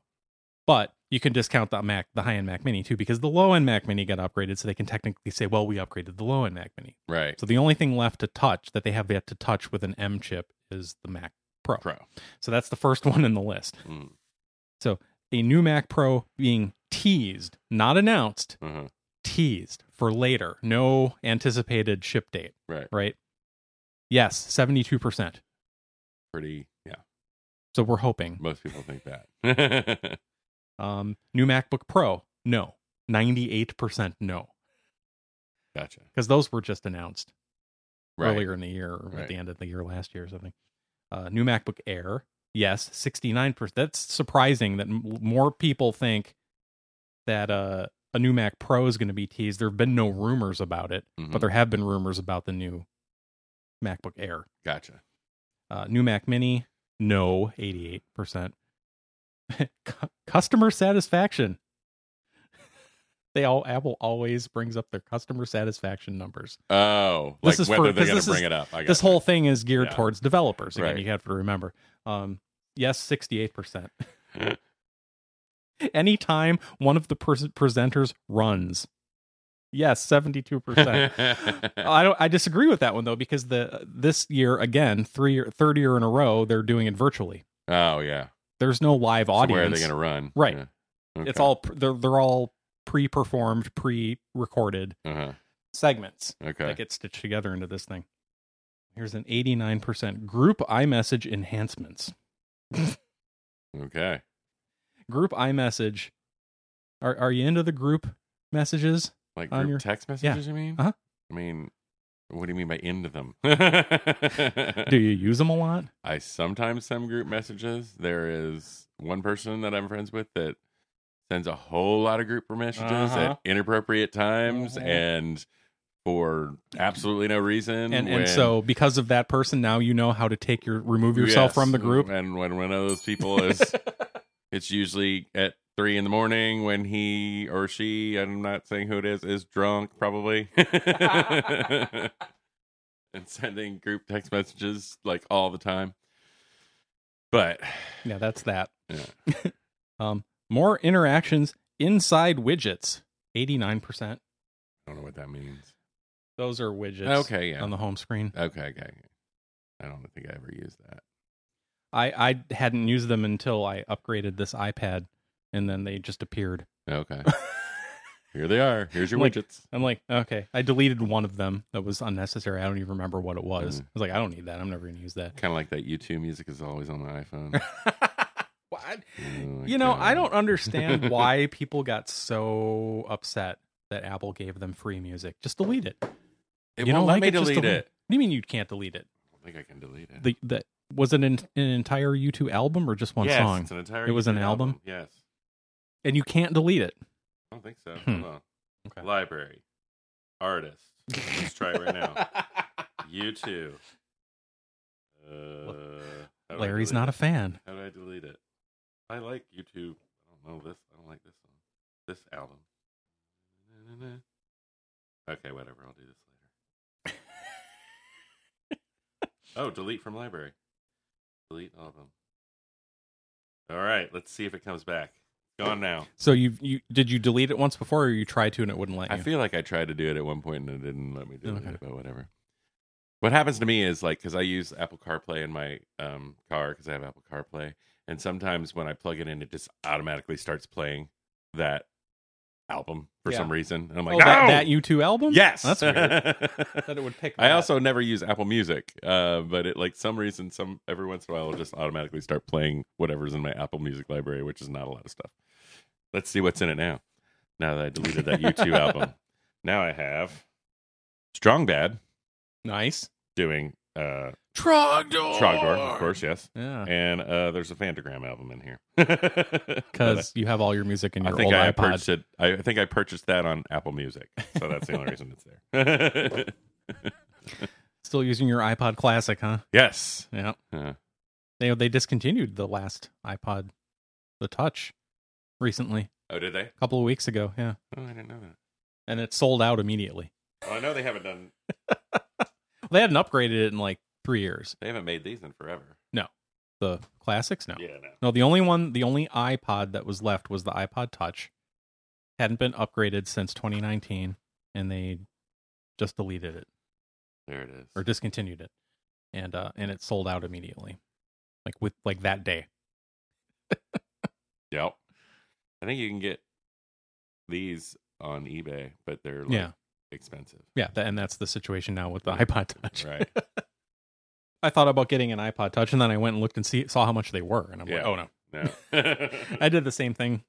A: But you can discount the Mac, the high end Mac Mini too, because the low end Mac Mini got upgraded, so they can technically say, well, we upgraded the low end Mac Mini.
B: Right.
A: So the only thing left to touch that they have yet to touch with an M chip is the Mac Pro.
B: Pro.
A: So that's the first one in the list.
B: Mm.
A: A new Mac Pro being teased, not announced,
B: Uh-huh.
A: teased for later. No anticipated ship date,
B: Right.
A: right? Yes, 72%.
B: Pretty. Yeah.
A: So we're hoping.
B: Most people think that.
A: Um, new MacBook Pro, no. 98% no.
B: gotcha.
A: Because those were just announced.
B: Right.
A: earlier in the year or at
B: Right.
A: the end of the year last year or something. Uh, new MacBook Air, yes, sixty nine percent. That's surprising that m- more people think that uh, a new Mac Pro is going to be teased. There have been no rumors about it,
B: Mhm.
A: but there have been rumors about the new MacBook Air.
B: Gotcha.
A: Uh, new Mac Mini, no, eighty eight percent. Customer satisfaction. They all Apple always brings up their customer satisfaction numbers.
B: Oh,
A: This
B: like
A: is
B: whether
A: for-
B: they're
A: 'cause
B: going
A: this
B: to bring
A: is-
B: it up. I
A: this
B: gotcha.
A: whole thing is geared
B: Yeah.
A: towards developers. Again,
B: Right.
A: you have to remember. Um, yes, sixty-eight percent. Anytime one of the pres presenters runs, yes, seventy-two percent. I don't. I disagree with that one though because the this year again, three or third year in a row, they're doing it virtually.
B: oh yeah.
A: There's no live
B: So
A: audience.
B: where are they going to run?
A: Right.
B: Yeah.
A: It's
B: Okay.
A: all pr- they're they're all pre-performed, pre-recorded
B: Uh-huh.
A: segments
B: Okay.
A: that get stitched together into this thing. Here's an eighty-nine percent group iMessage enhancements.
B: Okay.
A: group iMessage. Are are you into the group messages?
B: Like
A: On
B: group
A: your-
B: text messages, you mean?
A: Uh-huh.
B: I mean, what do you mean by into them?
A: Do you use them a lot?
B: I sometimes send group messages. There is one person that I'm friends with that sends a whole lot of group messages
A: Uh-huh.
B: at inappropriate times
A: Mhm.
B: and for absolutely no reason.
A: And and,
B: when-
A: so because of that person, now you know how to take your remove yourself
B: Yes,
A: from the group.
B: And when one of those people is, it's usually at three in the morning when he or she, I'm not saying who it is, is drunk probably. and sending group text messages like all the time. But
A: Yeah, that's that.
B: Mm-hmm. Yeah.
A: um, more interactions inside widgets. Eighty nine percent.
B: I don't know what that means.
A: Those are widgets.
B: okay, yeah.
A: On the home screen,
B: okay, okay, okay. I don't think I ever used that.
A: I I hadn't used them until I upgraded this iPad, and then they just appeared.
B: Okay. Here they are. Here's your
A: Like-
B: widgets.
A: I'm like, okay. I deleted one of them that was unnecessary. I don't even remember what it was.
B: Mm.
A: I was like, I don't need that. I'm never going to use that.
B: Kind of like that U2 music is always on my iPhone.
A: What?
B: Oh,
A: you know, I
B: God.
A: don't understand why people got so upset that Apple gave them free music. Just delete it.
B: It
A: you
B: won't
A: don't
B: let
A: like
B: me
A: it, just
B: delete
A: delete
B: it.
A: What do you mean you can't delete it?
B: I think I can delete it.
A: The that was it an, an entire U2 album or just one
B: yes,
A: song?
B: It's an entire
A: It was an
B: YouTube
A: album?
B: Yes.
A: And you can't delete it.
B: I don't think so.
A: Hmm.
B: Hold on.
A: Okay.
B: Library. Artist. Let's try it right now. You too. Uh, how do I
A: Larry's
B: delete
A: not a
B: it?
A: fan.
B: How do I delete it? I like YouTube. I don't know this. I don't like this song. This album. Na-na-na. Okay, whatever. I'll do this later. oh, delete from library. Delete all of them. All right, let's see if it comes back. Gone now.
A: So you you did you delete it once before or you tried to and it wouldn't let
B: I
A: you?
B: feel like I tried to do it at one point and it didn't let me do
A: Okay.
B: it, but whatever. What happens to me is like because I use Apple CarPlay in my um, car because I have Apple CarPlay, and sometimes when I plug it in, it just automatically starts playing that album for
A: Yeah.
B: some reason, and I'm
A: oh,
B: like,
A: that,
B: "No!"
A: that U2 album?
B: yes,
A: That's weird. that it would pick
B: I
A: that.
B: also never use Apple Music, uh, but it like some reason, some every once in a while, it'll just automatically start playing whatever's in my Apple Music library, which is not a lot of stuff. Let's see what's in it now. Now that I deleted that U2 album, now I have Strong Bad
A: Nice.
B: doing uh
A: Trogdor.
B: Trogdor, of course, yes.
A: Yeah.
B: And uh there's a Fantagram album in here.
A: Because you have all your music in
B: I
A: your
B: think
A: old
B: I
A: iPod.
B: purchased it. I think I purchased that on Apple Music, so that's the only reason it's there.
A: Still using your iPod Classic, huh?
B: yes,
A: Yeah.
B: Uh,
A: They they discontinued the last iPod, the Touch, recently,
B: oh, did they?
A: a couple of weeks ago. Yeah,
B: Oh, I didn't know that.
A: and it sold out immediately.
B: Well, I know they haven't done.
A: They hadn't upgraded it in like three years.
B: They haven't made these in forever.
A: The classics, no,
B: Yeah, no.
A: no. The only one, the only iPod that was left was the iPod Touch. Hadn't been upgraded since 2019, and they just deleted it
B: There it is.
A: or discontinued it, and uh and it sold out immediately, like with like that day.
B: Yep. I think you can get these on eBay, but they're like
A: Yeah,
B: expensive.
A: yeah, tha- and that's the situation now with the iPod Touch.
B: Right.
A: I thought about getting an iPod Touch, and then I went and looked and see, saw how much they were, and I'm like,
B: Yeah.
A: oh no.
B: No.
A: I did the same thing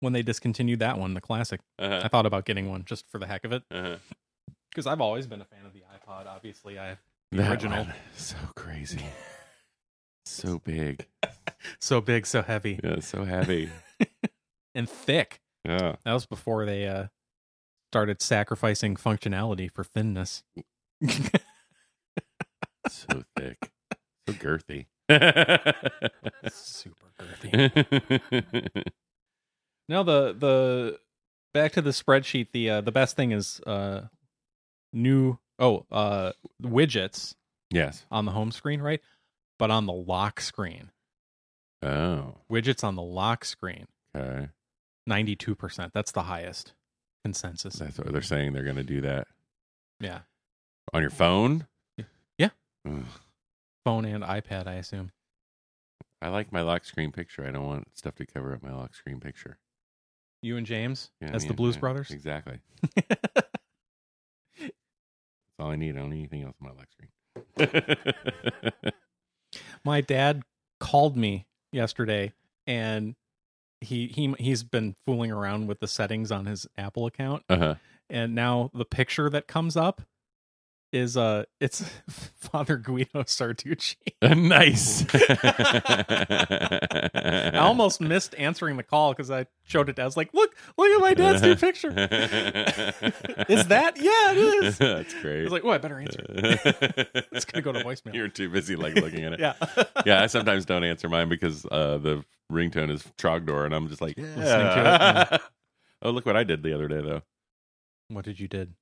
A: when they discontinued that one, the classic. I
B: uh-huh.
A: thought about getting one just for the heck of it
B: Uh-huh.
A: because I've always been a fan of the iPod. Obviously, I The
B: That
A: original.
B: one is So crazy. so big.
A: so big, so heavy,
B: Yeah, so heavy.
A: and thick.
B: Yeah.
A: That was before they uh, started sacrificing functionality for thinness.
B: So thick. So girthy.
A: Super girthy. Now the the back to the spreadsheet. The uh, the best thing is uh, new oh uh, widgets
B: yes.
A: on the home screen, right? But on the lock screen,
B: Oh.
A: widgets on the lock screen,
B: Okay.
A: 92%. That's the highest consensus.
B: That's what they're saying. They're going to do that
A: Yeah.
B: on your phone.
A: Yeah.
B: Ugh.
A: Phone and iPad, I assume.
B: I like my lock screen picture. I don't want stuff to cover up my lock screen picture.
A: You and James
B: You know what I
A: as the
B: mean?
A: Blues
B: Yeah,
A: Brothers.
B: Exactly. That's all I need. I don't need anything else on my lock screen.
A: My dad called me yesterday and he he he's been fooling around with the settings on his Apple account
B: uh huh.
A: and now the picture that comes up is uh it's Father Guido Sartucci.
B: nice.
A: I almost missed answering the call because I showed it. I was like, "Look, look at my dad's new picture. is that? Yeah, it is." I
B: That's great.
A: was like, "Oh, I better answer."
B: it's
A: gonna go to voicemail.
B: You're too busy like looking at it.
A: Yeah,
B: yeah, I sometimes don't answer mine because uh, the ringtone is Trogdor, and I'm just like,
A: to
B: yeah. oh, look what I did the other day though.
A: What did you did?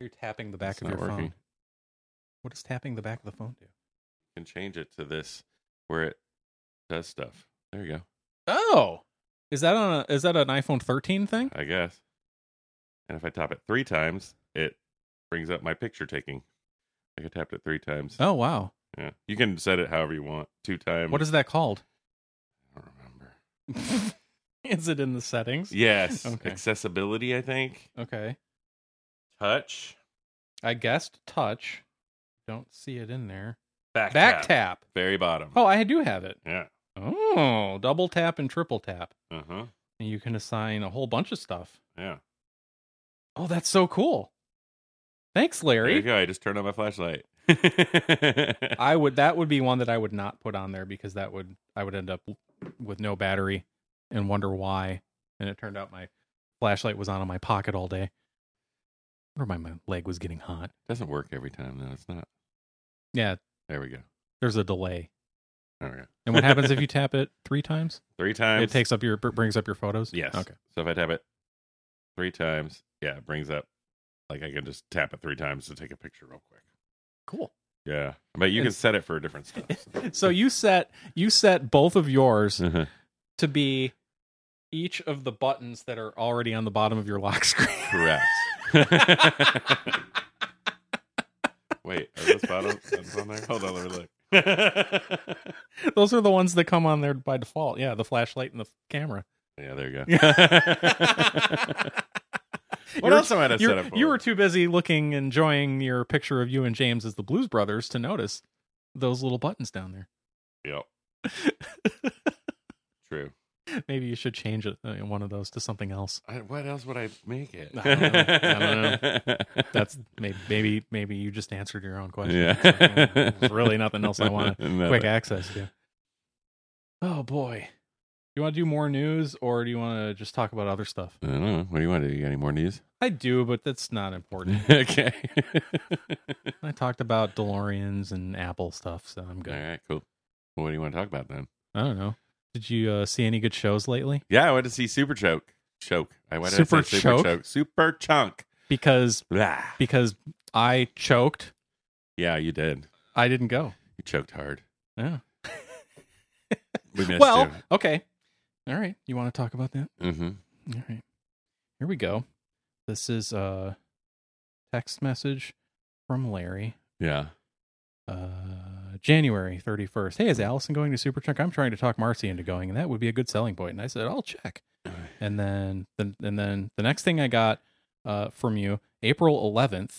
A: You're tapping the back
B: It's
A: of
B: not
A: your
B: working.
A: phone. What does tapping the back of the phone do?
B: can change it to this where it does stuff. There you go.
A: Oh, is that on a is that an iPhone 13 thing?
B: I guess. And if I tap it three times, it brings up my picture taking. Like I tapped it three times.
A: Oh wow,
B: Yeah. You can set it however you want. Two times.
A: what is that called?
B: I don't remember.
A: is it in the settings?
B: Yes.
A: Okay.
B: Accessibility, I think.
A: Okay,
B: Touch.
A: I guessed touch. Don't see it in there.
B: Back,
A: Back
B: tap.
A: tap.
B: Very bottom.
A: Oh, I do have it.
B: Yeah.
A: Oh, double tap and triple tap.
B: Uh huh.
A: And you can assign a whole bunch of stuff.
B: Yeah.
A: Oh, that's so cool. Thanks,
B: There
A: Larry.
B: you go. I just turned on my flashlight.
A: I would that would be one that I would not put on there because that would I would end up with no battery and wonder why. And it turned out my flashlight was on in my pocket all day. Or my, my leg was getting hot.
B: Doesn't work every time though. It's not.
A: Yeah,
B: There we go.
A: there's a delay.
B: There we go.
A: And what happens if you tap it three times?
B: Three times.
A: It takes up your br- brings up your photos.
B: Yes.
A: Okay.
B: So if I tap it three times, yeah, it brings up like I can just tap it three times to take a picture real quick.
A: Cool.
B: Yeah. But you can
A: It's-
B: set it for different stuff.
A: So you set you set both of yours
B: Uh-huh.
A: to be each of the buttons that are already on the bottom of your lock screen.
B: Correct. Wait, are those bottoms buttons on there? Hold on, let me look.
A: Those are the ones that come on there by default. Yeah, the flashlight and the camera.
B: Yeah, there you go.
A: what
B: What else am I to set up for?
A: You were too busy looking, enjoying your picture of you and James as the Blues Brothers to notice those little buttons down there.
B: Yep. True.
A: Maybe you should change it, uh, one of those to something else.
B: I, what else would I make it?
A: I don't know. I That's maybe maybe maybe you just answered your own question.
B: Yeah.
A: There's really nothing else I want
B: No.
A: quick access to. Oh boy. You want to do more news or do you want to just talk about other stuff?
B: I don't know. What do you want to do? You got any more news?
A: I do, but that's not important.
B: okay.
A: I talked about DeLoreans and Apple stuff, so I'm
B: All
A: good.
B: right, cool. Well, what do you want to talk about then?
A: I don't know. Did you uh, see any good shows lately?
B: Yeah, I went to see Super Choke. Choke. I went to
A: Super
B: say Super
A: Choke?
B: Choke. Super Chunk.
A: Because
B: Blah.
A: because I choked,
B: Yeah, you did.
A: I didn't go.
B: You choked hard.
A: Yeah.
B: We missed
A: Well, okay. All right. You want to talk about that?
B: you. hmm
A: All right. Here we go. This is a text message from Larry.
B: Yeah.
A: Uh, January 31st. Hey, is Allison going to Superchunk? I'm trying to talk Marcy into going, and that would be a good selling point. And I said, I'll check. And then, the, and then the next thing I got uh, from you, April 11th,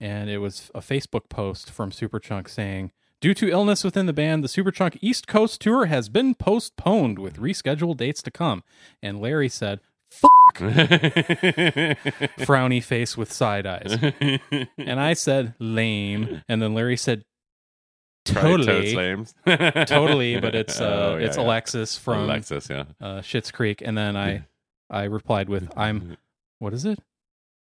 A: and it was a Facebook post from Superchunk saying, Due to illness within the band, the Superchunk East Coast tour has been postponed with rescheduled dates to come. And Larry said, frowny face with side eyes. And I said, lame. And then Larry said,
B: Probably
A: totally.
B: Toad Slams.
A: totally, but it's uh,
B: Oh, yeah,
A: it's
B: yeah.
A: Alexis from
B: Alexis, yeah.
A: uh, Schitt's Creek, and then I I replied with I'm what is it?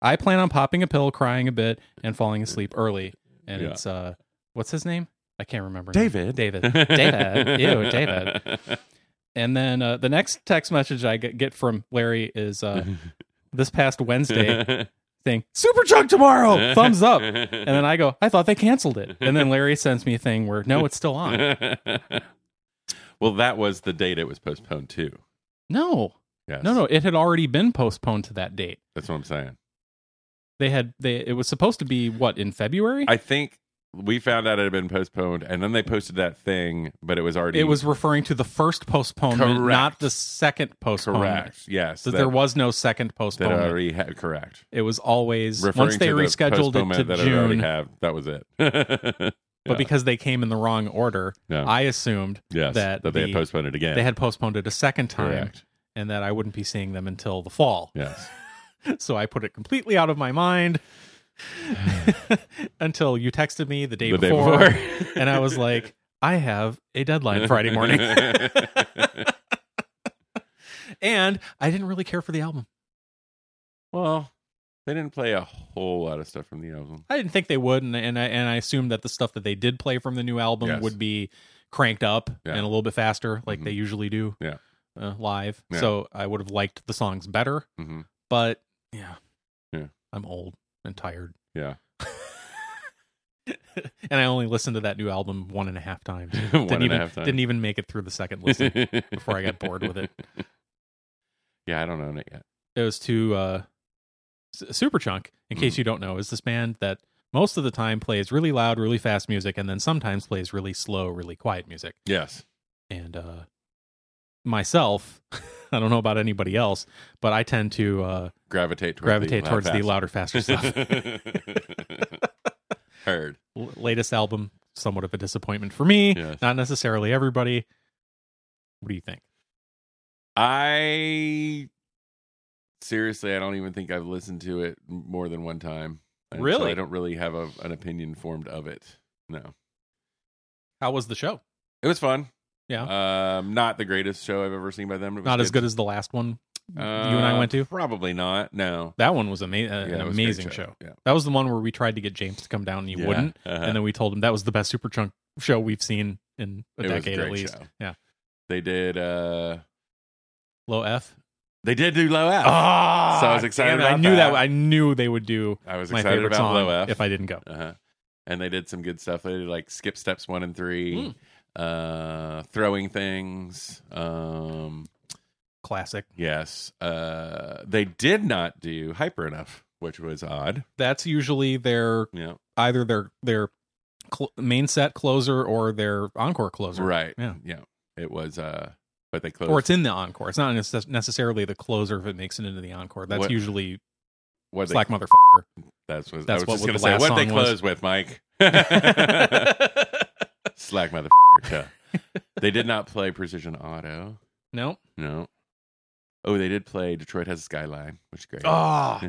A: I plan on popping a pill, crying a bit, and falling asleep early. And
B: Yeah.
A: it's uh, what's his name? I can't remember. now.
B: David.
A: David. David. Ew, David. And then uh, the next text message I get get from Larry is uh, this past Wednesday saying Super Junk tomorrow, Oh, thumbs up. And then I go, I thought they canceled it. And then Larry sends me a thing where no, it's still on.
B: well, that was the date it was postponed to.
A: No,
B: Yes.
A: no, no, it had already been postponed to that date.
B: That's what I'm saying.
A: they had they it was supposed to be what in February?
B: I think we found out it had been postponed, and then they posted that thing, but it was already
A: it was referring to the first postponement,
B: Correct.
A: not the second postponement.
B: correct. Yes,
A: So there was no second
B: that
A: postponement.
B: already had correct.
A: it was always
B: Referring
A: once they
B: to the
A: rescheduled
B: postponement
A: it to
B: that I already
A: June,
B: have, that was it. but
A: but because they came in the wrong order,
B: yeah.
A: I assumed
B: yes,
A: that
B: that, they
A: the-
B: had postponed it again.
A: they had postponed it a second time
B: correct.
A: and that I wouldn't be seeing them until the fall.
B: Yes.
A: So I put it completely out of my mind until you texted me the day,
B: The day
A: before,
B: before.
A: and I was like, I have a deadline Friday morning. and I didn't really care for the album.
B: well, they didn't play a whole lot of stuff from the album.
A: I didn't think they would, and and I, and I assumed that the stuff that they did play from the new album
B: Yes.
A: would be cranked up
B: Yeah.
A: and a little bit faster, like
B: Mhm.
A: they usually do,
B: Yeah.
A: uh, live.
B: Yeah.
A: So I would have liked the songs better,
B: Mm-hmm.
A: but yeah,
B: Yeah.
A: I'm old and tired,
B: Yeah.
A: and I only listened to that new album one and a half times.
B: One
A: didn't
B: and
A: even
B: a half times.
A: didn't even make it through the second listen. before I got bored with it.
B: Yeah, I don't own it yet.
A: it was to uh super chunk in case
B: Mhm.
A: you don't know is this band that most of the time plays really loud really fast music and then sometimes plays really slow really quiet music
B: Yes.
A: and uh myself i don't know about anybody else but i tend to uh
B: Gravitate towards
A: gravitate
B: the
A: towards the
B: loud
A: louder faster
B: fast.
A: stuff
B: Heard.
A: L- latest album somewhat of a disappointment for me
B: Yes.
A: not necessarily everybody what do you think
B: I seriously, I don't even think I've listened to it more than one time. And so
A: Really?
B: I don't really have a, an opinion formed of it. No,
A: how was the show
B: it was fun.
A: Yeah.
B: um, not the greatest show I've ever seen by them. It was
A: not as good as the last one
B: Uh,
A: you and i went to
B: Probably not. No,
A: that one was ama- uh,
B: Yeah,
A: an
B: it was a great
A: amazing show.
B: Yeah,
A: That was the one where we tried to get James to come down and he
B: Yeah.
A: wouldn't.
B: Uh-huh.
A: And then we told him that was the best Superchunk show we've seen in a
B: It was a
A: decade at
B: great
A: least.
B: show.
A: Yeah.
B: they did. uh
A: Low F.
B: They did do low F.
A: Ah,
B: so I was excited
A: damn it. I
B: about
A: knew that.
B: that.
A: I knew they would do
B: I was
A: my
B: excited
A: favorite
B: about
A: song
B: low F.
A: if I didn't go.
B: Uh-huh. And they did some good stuff. They did like skip steps one and
A: Mm.
B: three, uh, throwing things. Um,
A: Classic.
B: yes. Uh, they did not do hyper enough, which was odd.
A: That's usually their
B: Yeah.
A: either their their cl- main set closer or their encore closer.
B: Right.
A: Yeah.
B: Yeah. It was, uh, but they closed.
A: Or it's in the encore. It's not necess- necessarily the closer if it makes it into the encore. That's
B: What-
A: usually
B: what
A: slack
B: they,
A: motherfucker.
B: that's what,
A: that's
B: I
A: what
B: was
A: the
B: just going
A: last
B: to say. What they
A: song was.
B: close with, Mike? slack motherfucker. yeah. They did not play Precision Auto.
A: No.
B: No. Oh, they did play Detroit Has a Skyline, which is great.
A: Ah,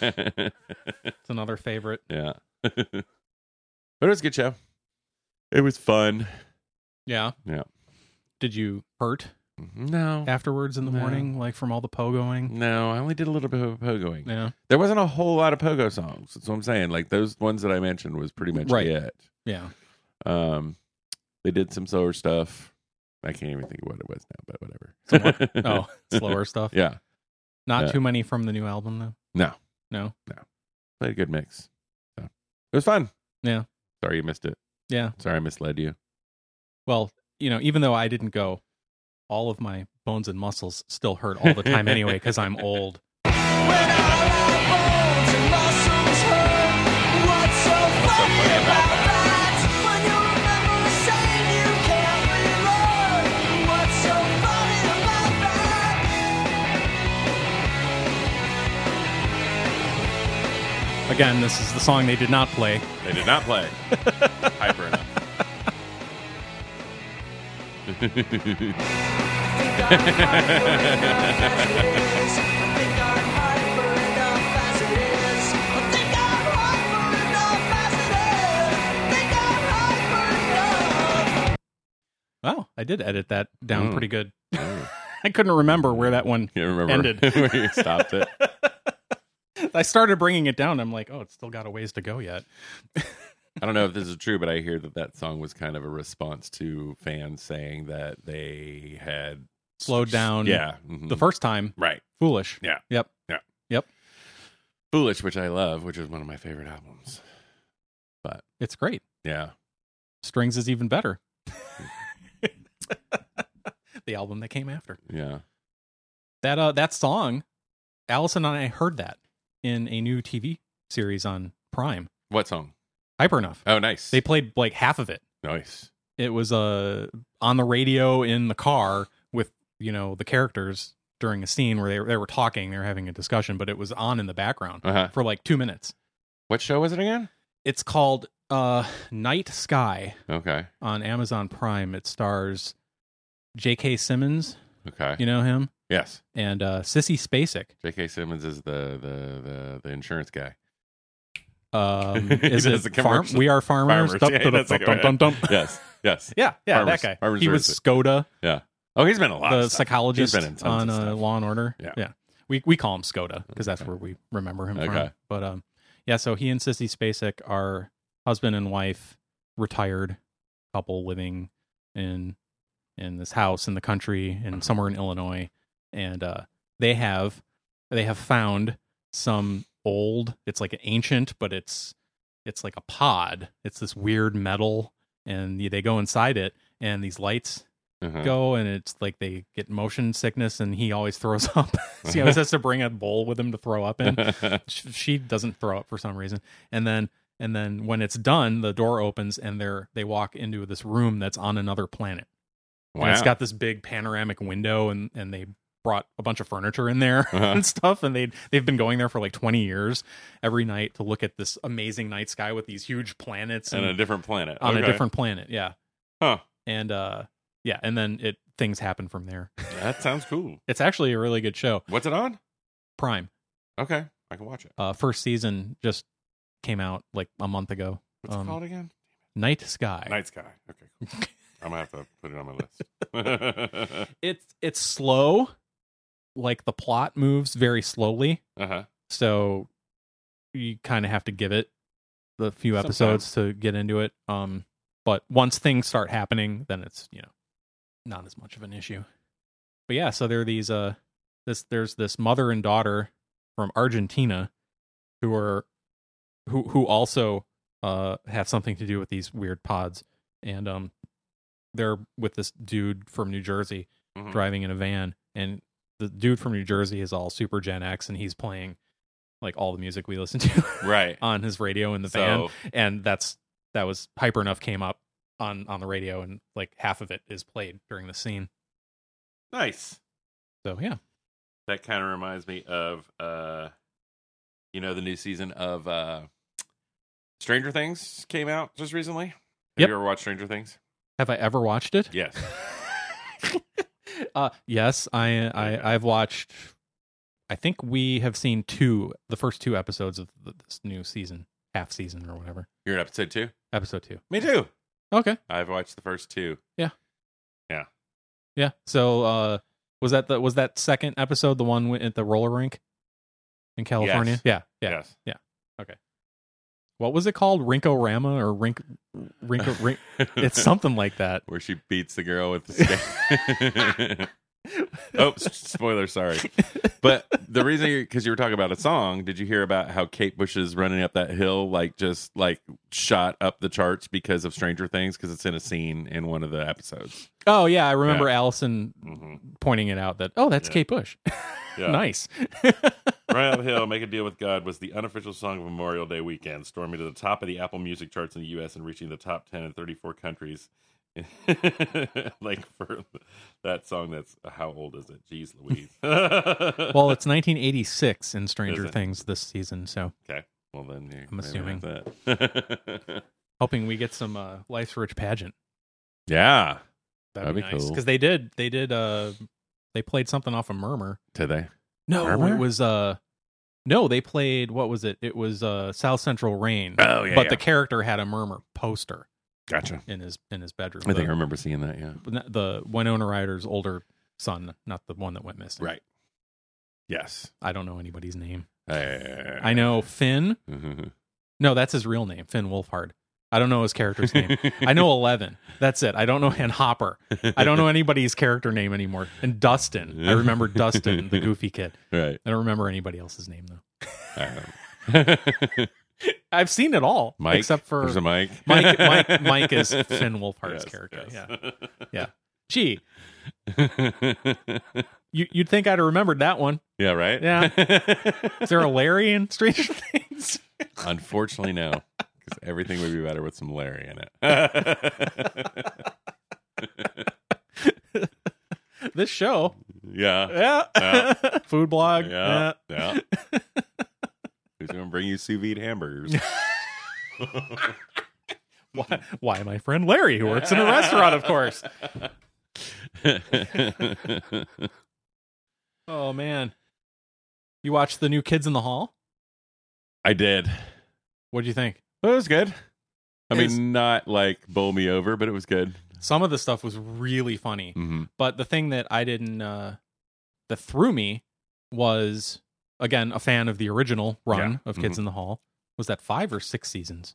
B: yeah.
A: it's another favorite.
B: but it was a good show. It was fun.
A: Yeah.
B: Yeah.
A: Did you hurt
B: No.
A: afterwards in the
B: No.
A: morning, like from all the pogoing?
B: No, I only did a little bit of pogoing.
A: Yeah.
B: There wasn't a whole lot of pogo songs. That's what I'm saying. Like those ones that I mentioned was pretty much
A: Right.
B: it.
A: Yeah.
B: Um, they did some slower stuff. I can't even think of what it was now, but whatever.
A: Some more- oh, slower stuff.
B: yeah,
A: Not
B: Yeah.
A: too many from the new album though.
B: No.
A: No.
B: played a good mix. So, it was fun.
A: Yeah.
B: Sorry you missed it.
A: Yeah.
B: Sorry I misled you.
A: Well, you know, even though I didn't go, all of my bones and muscles still hurt all the time anyway because I'm old. Again, this is the song they did not play.
B: They did not play hyper enough.
A: Wow, I did edit that down
B: Mm.
A: pretty good.
B: Oh.
A: I couldn't remember where that one.
B: Can't remember
A: Ended.
B: where you stopped it.
A: I started bringing it down. I'm like, oh, it's still got a ways to go yet.
B: I don't know if this is true, but I hear that that song was kind of a response to fans saying that they had
A: Slowed down.
B: Yeah, mhm.
A: The first time,
B: right,
A: foolish.
B: Yeah.
A: Yep.
B: foolish, which I love, which is one of my favorite albums.
A: It's great.
B: Yeah,
A: Strings is even better. the album that came after.
B: yeah.
A: That uh that song, Allison and I heard that in a new TV series on Prime.
B: What song?
A: Hyper enough.
B: Oh, nice.
A: They played like half of it.
B: nice.
A: It was uh on the radio in the car with, you know, the characters during a scene where they were, they were talking, they were having a discussion, but it was on in the background
B: Uh huh.
A: for like 2 minutes.
B: What show was it again?
A: It's called uh Night Sky
B: Okay.
A: on Amazon Prime. It stars J.K. Simmons,
B: Okay.
A: you know him,
B: Yes.
A: and uh Sissy Spacek.
B: J.K. Simmons is the the the, the insurance guy.
A: Um,
B: He
A: is
B: does the
A: it farm?
B: commercial-
A: We are farmers.
B: Farmers.
A: Dump,
B: Yeah, he
A: dump,
B: does the
A: dump, dump, dump, dump.
B: Yes. Yes.
A: Yeah, yeah,
B: Farmers.
A: that guy.
B: Farmers
A: he was
B: Research.
A: Skoda,
B: Oh, he's been a lot.
A: the
B: of stuff.
A: psychologist
B: He's been in tons
A: on
B: of
A: uh,
B: stuff.
A: Law and Order.
B: Yeah.
A: we we call him Skoda because that's
B: Okay.
A: where we remember him from.
B: Okay.
A: But um, yeah, so he and Sissy Spacek are husband and wife, retired couple living in in this house in the country
B: Mm-hmm.
A: and somewhere in Illinois, and uh, they have they have found some old. It's like an ancient, but it's it's like a pod. It's this weird metal, and they go inside it, and these lights
B: Uh-huh.
A: go and it's like they get motion sickness and he always throws up. so he always has to bring a bowl with him to throw up in. Sh- she doesn't throw up for some reason. And then and then when it's done, the door opens and they're they walk into this room that's on another planet. And it's got this big panoramic window and and they brought a bunch of furniture in there
B: Uh-huh.
A: and stuff and they they've been going there for like 20 years every night to look at this amazing night sky with these huge planets
B: on
A: and
B: a different planet.
A: on a
B: Okay.
A: different planet, yeah.
B: Huh.
A: And uh yeah, and then it things happen from there.
B: That sounds cool.
A: It's actually a really good show.
B: What's it on?
A: Prime.
B: Okay, I can watch it.
A: Uh, first season just came out like a month ago.
B: What's
A: Um,
B: it called again?
A: Night Sky.
B: Night Sky. Okay, cool. I'm gonna have to put it on my list.
A: It's it's slow. Like the plot moves very slowly,
B: uh huh.
A: so you kind of have to give it the few
B: Sometimes.
A: episodes to get into it. Um, but once things start happening, then it's you know not as much of an issue. But yeah, so there are these uh this there's this mother and daughter from Argentina who are who who also uh have something to do with these weird pods and um they're with this dude from New Jersey
B: Mhm.
A: driving in a van and the dude from New Jersey is all super Gen X and he's playing like all the music we listen to
B: Right.
A: on his radio in the van
B: so
A: and that's that was hyper enough came up on on the radio and like half of it is played during the scene
B: nice.
A: so yeah
B: That kind of reminds me of uh, you know, the new season of uh, Stranger Things came out just recently. Have
A: Yep.
B: you ever watched Stranger Things?
A: have i ever watched it
B: Yes.
A: Uh, yes, I, I I've watched. I think we have seen two, the first two episodes of th- this new season, half season or whatever,
B: You're in episode two.
A: episode two.
B: Me too.
A: Okay,
B: I've watched the first two.
A: yeah. So, uh, was that the was that second episode the one wi- at the roller rink in California?
B: Yes.
A: Yeah, yeah,
B: Yes.
A: What was it called? Rinkorama or rink, rinko, rink? it's something like that.
B: where she beats the girl with the stick. oh, s- spoiler, sorry. But the reason you because you were talking about a song, did you hear about how Kate Bush is running up that hill like just like shot up the charts because of Stranger Things because it's in a scene in one of the episodes.
A: Oh yeah, I remember Allison
B: Mm-hmm.
A: pointing it out that oh that's
B: Yeah.
A: Kate Bush.
B: Yeah.
A: nice.
B: Run Up the Hill, Make a Deal with God was the unofficial song of Memorial Day weekend, storming to the top of the Apple Music charts in the U.S. and reaching the top 10 in 34 countries. like for that song, that's uh, how old is it? Jeez Louise. well,
A: well, it's 1986 in Stranger
B: Is it?
A: Things this season, so
B: then you
A: I'm
B: maybe
A: assuming.
B: that.
A: hoping we get some uh, Life's Rich pageant.
B: yeah,
A: That'd,
B: That'd
A: be,
B: be
A: nice
B: cool.
A: because they did they did uh they played something off of Murmur.
B: today.
A: No,
B: Murmur?
A: it was uh no they played what was it? It was uh South Central Rain.
B: Oh
A: but the character had a Murmur poster
B: gotcha.
A: in his in his bedroom.
B: I think I
A: the,
B: remember seeing that. Yeah,
A: the Winona Ryder's older son, not the one that went missing.
B: right. Yes,
A: I don't know anybody's name.
B: I
A: I know Finn. No, that's his real name, Finn Wolfhard. I don't know his character's name. I know Eleven. That's it. I don't know and Hopper. I don't know anybody's character name anymore. And Dustin. I remember Dustin, the goofy kid.
B: Right.
A: I don't remember anybody else's name though.
B: Um,
A: I've seen it all,
B: Mike,
A: except for
B: There's a Mike.
A: Mike. Mike. Mike is Finn Wolfhard's
B: Yes,
A: character. Yeah.
B: yes.
A: Gee, you, you'd think I'd have remembered that one.
B: Yeah, right?
A: Is there a Larry in Stranger Things?
B: Unfortunately, no. Because everything would be better with some Larry in it.
A: this show,
B: yeah.
A: yeah.
B: Yeah.
A: Food blog,
B: Yeah.
A: yeah.
B: Yeah. Who's going to bring you sous vide hamburgers?
A: Why, why my friend Larry, who works in a restaurant, of course. Oh man, you watched the new Kids in the Hall?
B: I did.
A: What do you think?
B: Well, it was good. I
A: It's-
B: mean, not like bowl me over, but it was good.
A: Some of the stuff was really funny,
B: Mm-hmm.
A: but the thing that I didn't uh that threw me was again a fan of the original run
B: Yeah.
A: of Kids in the Hall. Was that five or six seasons?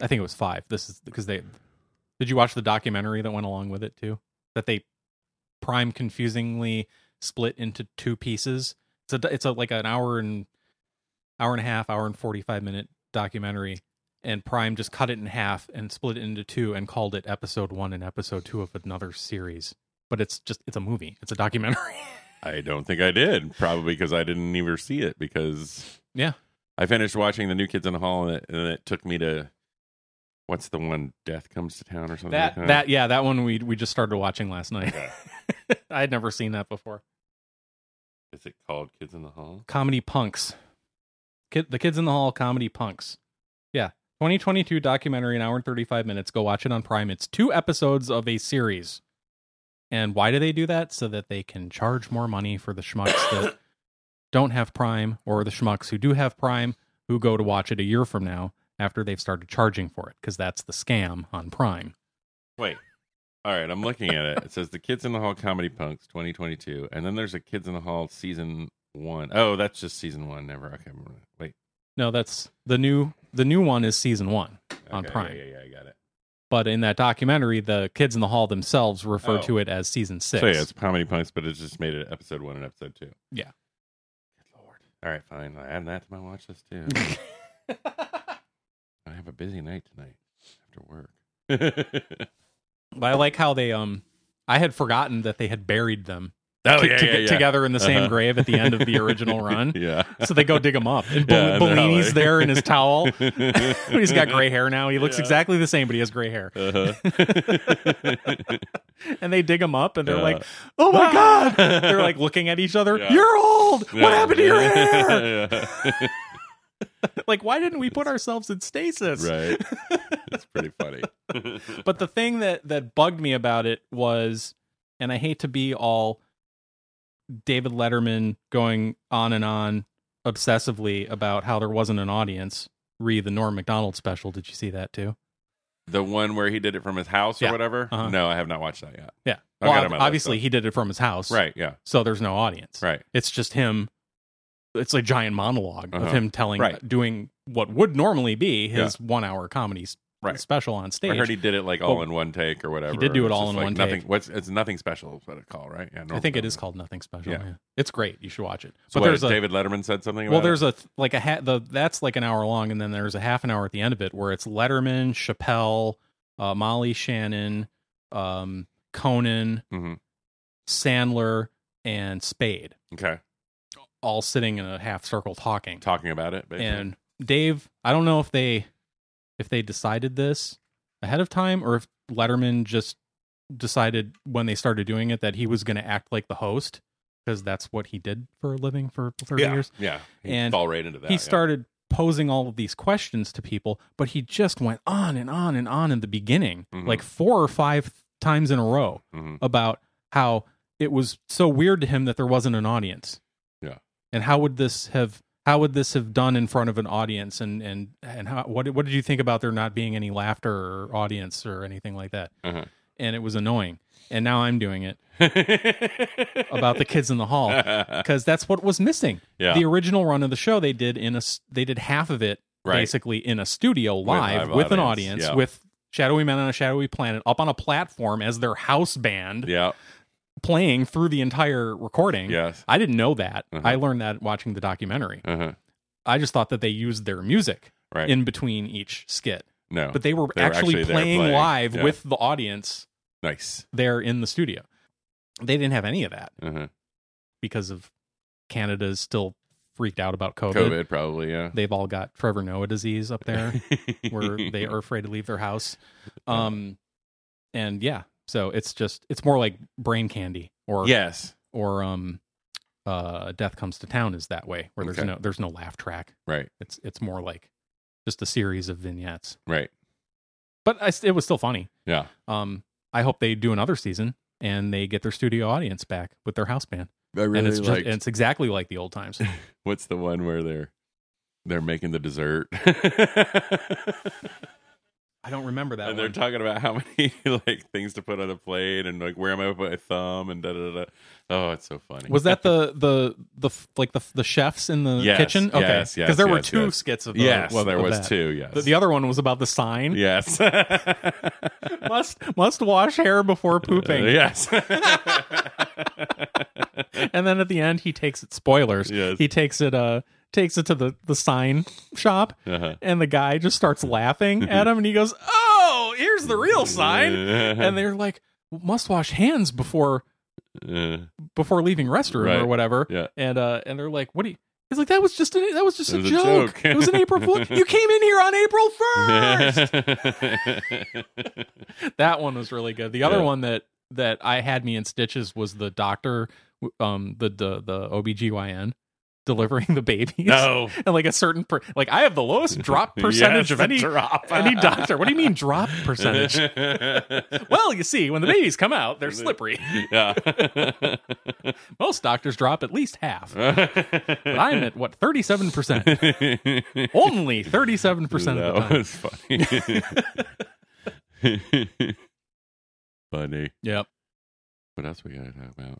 A: I think it was five. This is because they did you watch the documentary that went along with it too? That they prime confusingly split into two pieces. It's a it's a like an hour and hour and a half, hour and forty five minute documentary. And Prime just cut it in half and split it into two and called it episode one and episode two of another series. But it's just it's a movie. It's a documentary.
B: I don't think I did. Probably because I didn't even see it. Because
A: Yeah.
B: I finished watching the New Kids in the Hall, and it, and it took me to what's the one? Death comes to town or something.
A: that
B: like
A: that yeah, that one we we just started watching last night.
B: Okay.
A: I had never seen that before.
B: Is it called Kids in the Hall?
A: Comedy Punks. Kid, the Kids in the Hall Comedy Punks. Yeah. 2022 documentary, an hour and 35 minutes. Go watch it on Prime. It's two episodes of a series. And why do they do that? So that they can charge more money for the schmucks that don't have Prime or the schmucks who do have Prime who go to watch it a year from now after they've started charging for it because that's the scam on Prime.
B: Wait. All right, I'm looking at it. It says the Kids in the Hall Comedy Punks 2022, and then there's a Kids in the Hall season one. Oh, that's just season one. Never. Okay. I'm gonna- Wait.
A: No, that's the new the new one is season 1. On
B: Okay,
A: Prime.
B: Yeah, yeah, yeah, I got it.
A: But in that documentary, the kids in the hall themselves refer
B: Oh.
A: to it as season 6.
B: So yeah, it's Comedy Punks, but it's just made it episode one and episode two.
A: Yeah.
B: Good lord. All right, fine. I add that to my watch list too. I have a busy night tonight after
A: Oh,
B: work.
A: But I like how they um I had forgotten that they had buried them
B: oh
A: to- to- together in the same
B: Uh-huh.
A: grave at the end of the original run.
B: yeah.
A: So they go dig them up. And Bel-
B: Yeah, and they're all
A: Bellini's
B: like-
A: there in his towel. He's got gray hair now. He looks
B: Yeah.
A: exactly the same, but he has gray hair.
B: Uh-huh.
A: And they dig him up, and they're
B: Yeah. Ah!"
A: like, "Oh my god!" They're like looking at each other.
B: Yeah.
A: You're old. What happened to your hair?
B: Yeah.
A: Like, why didn't we put ourselves in stasis?
B: right. It's pretty funny.
A: But the thing that that bugged me about it was And I hate to be all David Letterman going on and on obsessively about how there wasn't an audience. Re the Norm McDonald special. Did you see that too?
B: The one where he did it from his house or
A: Yeah.
B: whatever.
A: Uh-huh.
B: No, I have not watched that yet.
A: Yeah.
B: I
A: Well,
B: got
A: ob-
B: it on my list,
A: obviously he did it from his house.
B: Right. Yeah.
A: So there's no audience.
B: Right.
A: It's just him. It's a giant monolog of
B: Uh-huh.
A: him telling,
B: Right.
A: doing what would normally be his one hour comedy s-
B: Right.
A: special on stage.
B: I heard he did it like all
A: Well,
B: in one take or whatever.
A: did do it
B: It's
A: all
B: just
A: in
B: like
A: one
B: nothing,
A: take.
B: What's it's nothing special. Is what it's called, right? Yeah.
A: I
B: Norm
A: think it is
B: Macdonald.
A: called Nothing Special.
B: Yeah.
A: Yeah. It's great. You should watch it.
B: So
A: but
B: what,
A: there's a
B: David Letterman said something.
A: well,
B: about it?
A: there's a th- like a ha- the that's like an hour long, and then there's a half an hour at the end of it where it's Letterman, Chappelle, uh, Molly Shannon, um, Conan,
B: Mhm.
A: Sandler, and Spade
B: okay
A: all sitting in a half circle talking.
B: talking about it. Basically.
A: and Dave, I don't know if they if they decided this ahead of time or if Letterman just decided when they started doing it that he was going to act like the host because that's what he did for a living for 30
B: yeah,
A: years.
B: yeah, he
A: And
B: fall right into that.
A: he
B: yeah.
A: started posing all of these questions to people, but he just went on and on and on in the beginning,
B: Mhm.
A: like four or five times in a row
B: Mhm.
A: about how it was so weird to him that there wasn't an audience.
B: Yeah.
A: And how would this have how would this have done in front of an audience and and and how what what did you think about there not being any laughter or audience or anything like that?
B: Uh-huh.
A: And it was annoying. And now I'm doing it about the kids in the hall because that's what was missing.
B: yeah,
A: The original run of the show they did in a s- they did half of it
B: right.
A: basically in a studio live
B: live
A: with, an audience
B: audience, yeah.
A: with shadowy men on a shadowy planet up on a platform as their house band
B: Yeah.
A: playing through the entire recording.
B: Yes.
A: I didn't know that.
B: Uh-huh.
A: I learned that watching the documentary.
B: Uh-huh.
A: I just thought that they used their music
B: Right.
A: in between each skit,
B: no.
A: but they were,
B: They were
A: actually,
B: actually there
A: playing,
B: playing.
A: live
B: Yeah.
A: with the audience
B: nice.
A: there in the studio. They didn't have any of that
B: Uh-huh.
A: because of Canada's still freaked out about COVID.
B: COVID probably. Yeah.
A: They've all got Trevor Noah disease up there. where they are afraid to leave their house.
B: Uh.
A: Um, and yeah, so it's just it's more like brain candy or
B: Yes.
A: or um, uh, Death Comes to Town is that way where there's
B: Okay.
A: no there's no laugh track.
B: Right.
A: It's it's more like just a series of vignettes.
B: Right.
A: But I, s- it was still funny.
B: Yeah.
A: Um, I hope they do another season and they get their studio audience back with their house band.
B: I really
A: and it's just
B: liked-
A: and it's exactly like the old times.
B: What's the one where they're they're making the dessert?
A: I don't remember that
B: and
A: one.
B: they're talking about how many like things to put on the plate and like where am I with my thumb and da da da. da. Oh, it's so funny.
A: Was that the the the f- like the the chefs in the
B: Yes,
A: kitchen? Okay,
B: yes, yes,
A: there were
B: yes,
A: two
B: yes.
A: skits of the,
B: Yes,
A: of-
B: there
A: of
B: was
A: that.
B: two. Yes.
A: The, the other one was about the sign.
B: Yes.
A: Must must wash hair before pooping.
B: yes.
A: And then at the end, he takes it. Spoilers.
B: Yes.
A: He takes it. Uh, takes it to the the sign shop,
B: Uh-huh.
A: and the guy just starts laughing at him, and he goes, "Oh, here's the real sign." And they're like, "Must wash hands before
B: Uh,
A: before leaving restroom
B: Right.
A: or whatever."
B: yeah.
A: and uh and they're like what do you He's like that was just an that was just
B: It
A: a,
B: was a
A: joke.
B: joke."
A: it was an April Fool. You came in here on April first. that one was really good. The other
B: Yeah.
A: one that that I had me in stitches was the doctor, w- um, the the the OBGYN delivering the babies.
B: no.
A: and like a certain per, like I have the lowest drop percentage
B: Oh. Yes,
A: of any
B: drop.
A: any doctor. What do you mean drop percentage? well, you see, when the babies come out, they're slippery.
B: yeah.
A: Most doctors drop at least half. But I'm at what thirty seven percent. only 37%
B: that
A: of the time.
B: was funny. funny.
A: Yep.
B: What else we gotta talk about?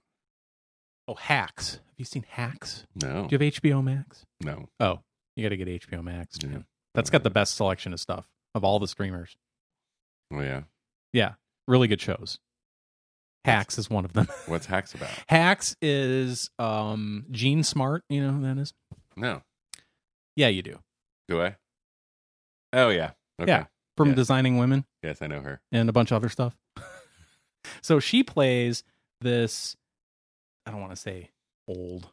A: Oh, Hacks. Have you seen Hacks?
B: No.
A: Do you have HBO Max?
B: No.
A: Oh, you got to get HBO Max.
B: Yeah.
A: Man. That's got the best selection of stuff of all the streamers.
B: Oh yeah.
A: Really good shows. Hacks is one of them.
B: What's hacks about?
A: Hacks is um Gene Smart, you know who that is?
B: No.
A: Yeah, you do.
B: Do I? Oh yeah. Okay.
A: Yeah. From
B: Yeah.
A: Designing Women.
B: Yes, I know her.
A: and a bunch of other stuff. so she plays this I don't want to say old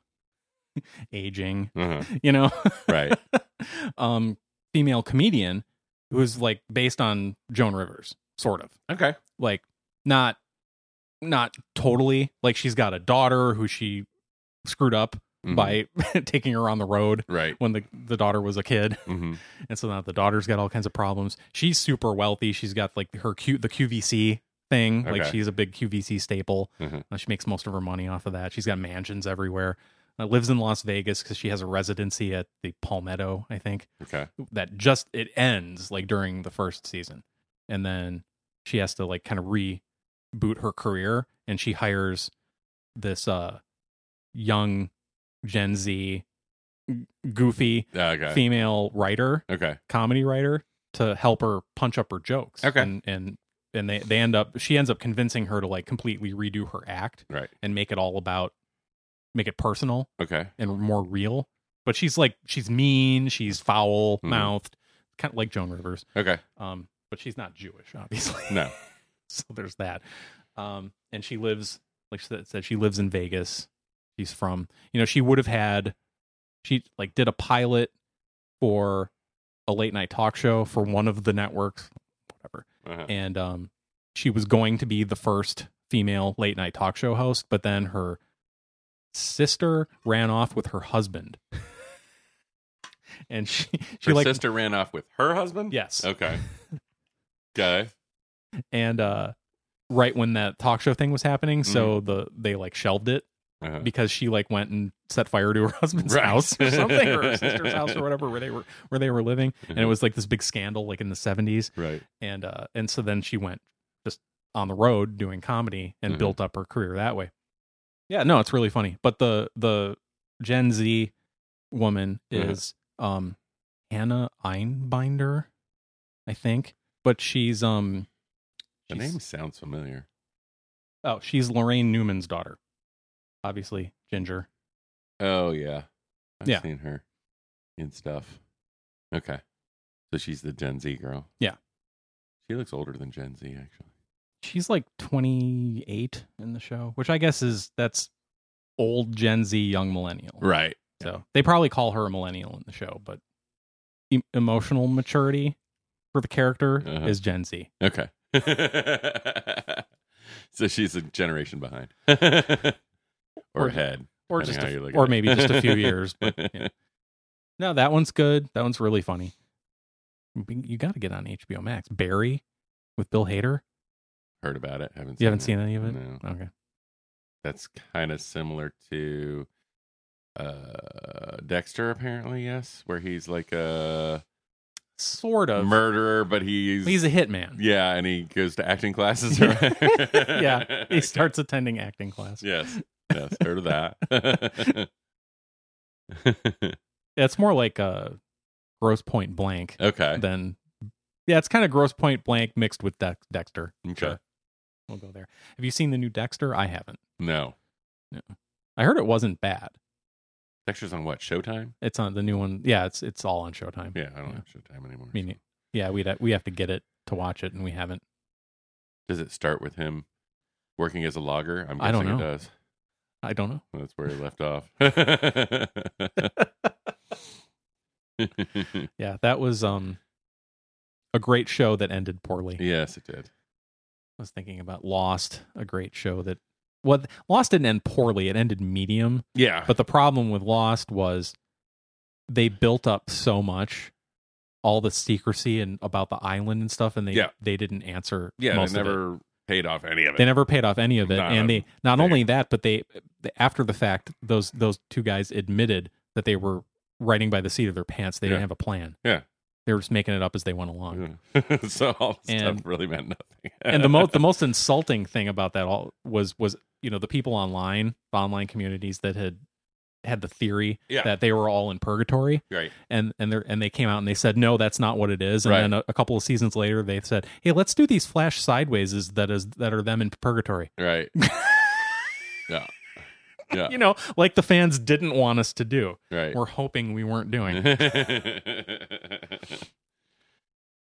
A: aging,
B: Uh-huh.
A: you know,
B: Right.
A: um female comedian who's like based on Joan Rivers, sort of.
B: okay.
A: Like not not totally. Like she's got a daughter who she screwed up
B: Mhm.
A: by taking her on the road
B: Right.
A: when the the daughter was a kid
B: Mm-hmm.
A: and so now the daughter's got all kinds of problems. She's super wealthy. She's got like her Q the QVC thing. Like
B: Okay.
A: she's a big QVC staple.
B: Mhm.
A: Uh, she makes most of her money off of that. She's got mansions everywhere. Uh, lives in Las Vegas because she has a residency at the Palmetto, I think.
B: Okay.
A: That just it ends like during the first season, and then she has to like kind of reboot her career, and she hires this uh young Gen Z g- goofy
B: Yeah, okay.
A: female writer
B: Okay.
A: comedy writer to help her punch up her jokes.
B: Okay.
A: And and and they, they end up she ends up convincing her to like completely redo her act
B: Right.
A: and make it all about make it personal
B: Okay.
A: and more real. But she's like she's mean, she's foul mouthed, kind of like Joan Rivers.
B: Okay.
A: Um, but she's not Jewish, obviously.
B: No.
A: so there's that. Um, and she lives like she said she lives in Vegas. She's from you know she would have had she like did a pilot for a late night talk show for one of the networks, whatever.
B: Uh-huh.
A: And um, she was going to be the first female late night talk show host, but then her sister ran off with her husband. And she, she
B: Her
A: like
B: sister ran off with her husband.
A: yes,
B: Okay. Okay.
A: and uh, right when that talk show thing was happening,
B: Mm-hmm.
A: so the they like shelved it,
B: Uh-huh.
A: because she like went and set fire to her husband's
B: Right.
A: house or something or her sister's house or whatever where they were where they were living and
B: Mm-hmm.
A: it was like this big scandal like in the 70s
B: right.
A: and uh and so then she went just on the road doing comedy and
B: Mhm.
A: built up her career that way yeah no it's really funny but the the gen z woman
B: Yeah.
A: is um hannah einbinder i think but she's um
B: The
A: she's-
B: name sounds familiar.
A: oh she's lorraine newman's daughter obviously ginger
B: Oh yeah. I've
A: Yeah.
B: seen her in stuff. Okay. So she's the Gen Z girl.
A: Yeah.
B: She looks older than Gen Z actually.
A: she's like 28 in the show which i guess is that's old gen z young millennial
B: Right.
A: so they probably call her a millennial in the show but e- emotional maturity for the character
B: Uh-huh.
A: is gen z
B: Okay. so she's a generation behind. or
A: Or-
B: ahead.
A: or
B: Depending
A: just
B: how
A: a-
B: you look at
A: or
B: it.
A: maybe just a few years but yeah. no that one's good that one's really funny you got to get on hbo max barry with bill hader
B: Heard about it. Haven't
A: you haven't seen any of it
B: No.
A: okay
B: That's kind of similar to uh Dexter apparently, yes, where he's like a
A: sort of
B: murderer but he's
A: he's a hitman
B: yeah, and he goes to acting classes. Right?
A: Yeah. he
B: Okay.
A: starts attending acting class
B: Yes. Yes. Heard of that.
A: Yeah, it's more like a gross point blank
B: okay.
A: than yeah, it's kind of gross point blank mixed with Dex Dexter.
B: Okay.
A: Sure. We'll go there. Have you seen the new Dexter? I haven't.
B: No.
A: I heard it wasn't bad.
B: Dexter's on what? Showtime?
A: It's on the new one. Yeah, it's it's all on Showtime.
B: Yeah, I don't
A: Yeah.
B: have Showtime anymore.
A: Me
B: so.
A: nei- Yeah, we we have to get it to watch it, and we haven't.
B: Does it start with him working as a logger? I'm guessing
A: I don't
B: it
A: know.
B: does.
A: I don't know.
B: That's where he left off.
A: Yeah, that was um a great show that ended poorly.
B: yes, it did.
A: I was thinking about Lost, a great show that well, Lost didn't end poorly. It ended medium.
B: Yeah.
A: But the problem with Lost was they built up so much, all the secrecy and about the island and stuff, and they
B: Yeah.
A: they didn't answer.
B: yeah,
A: most
B: they
A: Of it.
B: never paid off any of it.
A: They never paid off any of it,
B: Not
A: and
B: a
A: they not
B: thing.
A: only that, but they after the fact, those those two guys admitted that they were writing by the seat of their pants. They
B: Yeah.
A: didn't have a plan.
B: Yeah.
A: they were just making it up as they went along.
B: Yeah. so all this
A: And-
B: stuff really meant nothing.
A: and the most the most insulting thing about that all was was you know the people online, the online communities that had had the theory
B: Yeah.
A: that they were all in purgatory.
B: right.
A: and and they and they came out and they said no that's not what it is and
B: Right.
A: then a, a couple of seasons later they said hey let's do these flash sideways is that is that are them in purgatory
B: Right. yeah. Yeah.
A: you know like the fans didn't want us to do
B: Right. Mm-hmm.
A: we're hoping we weren't doing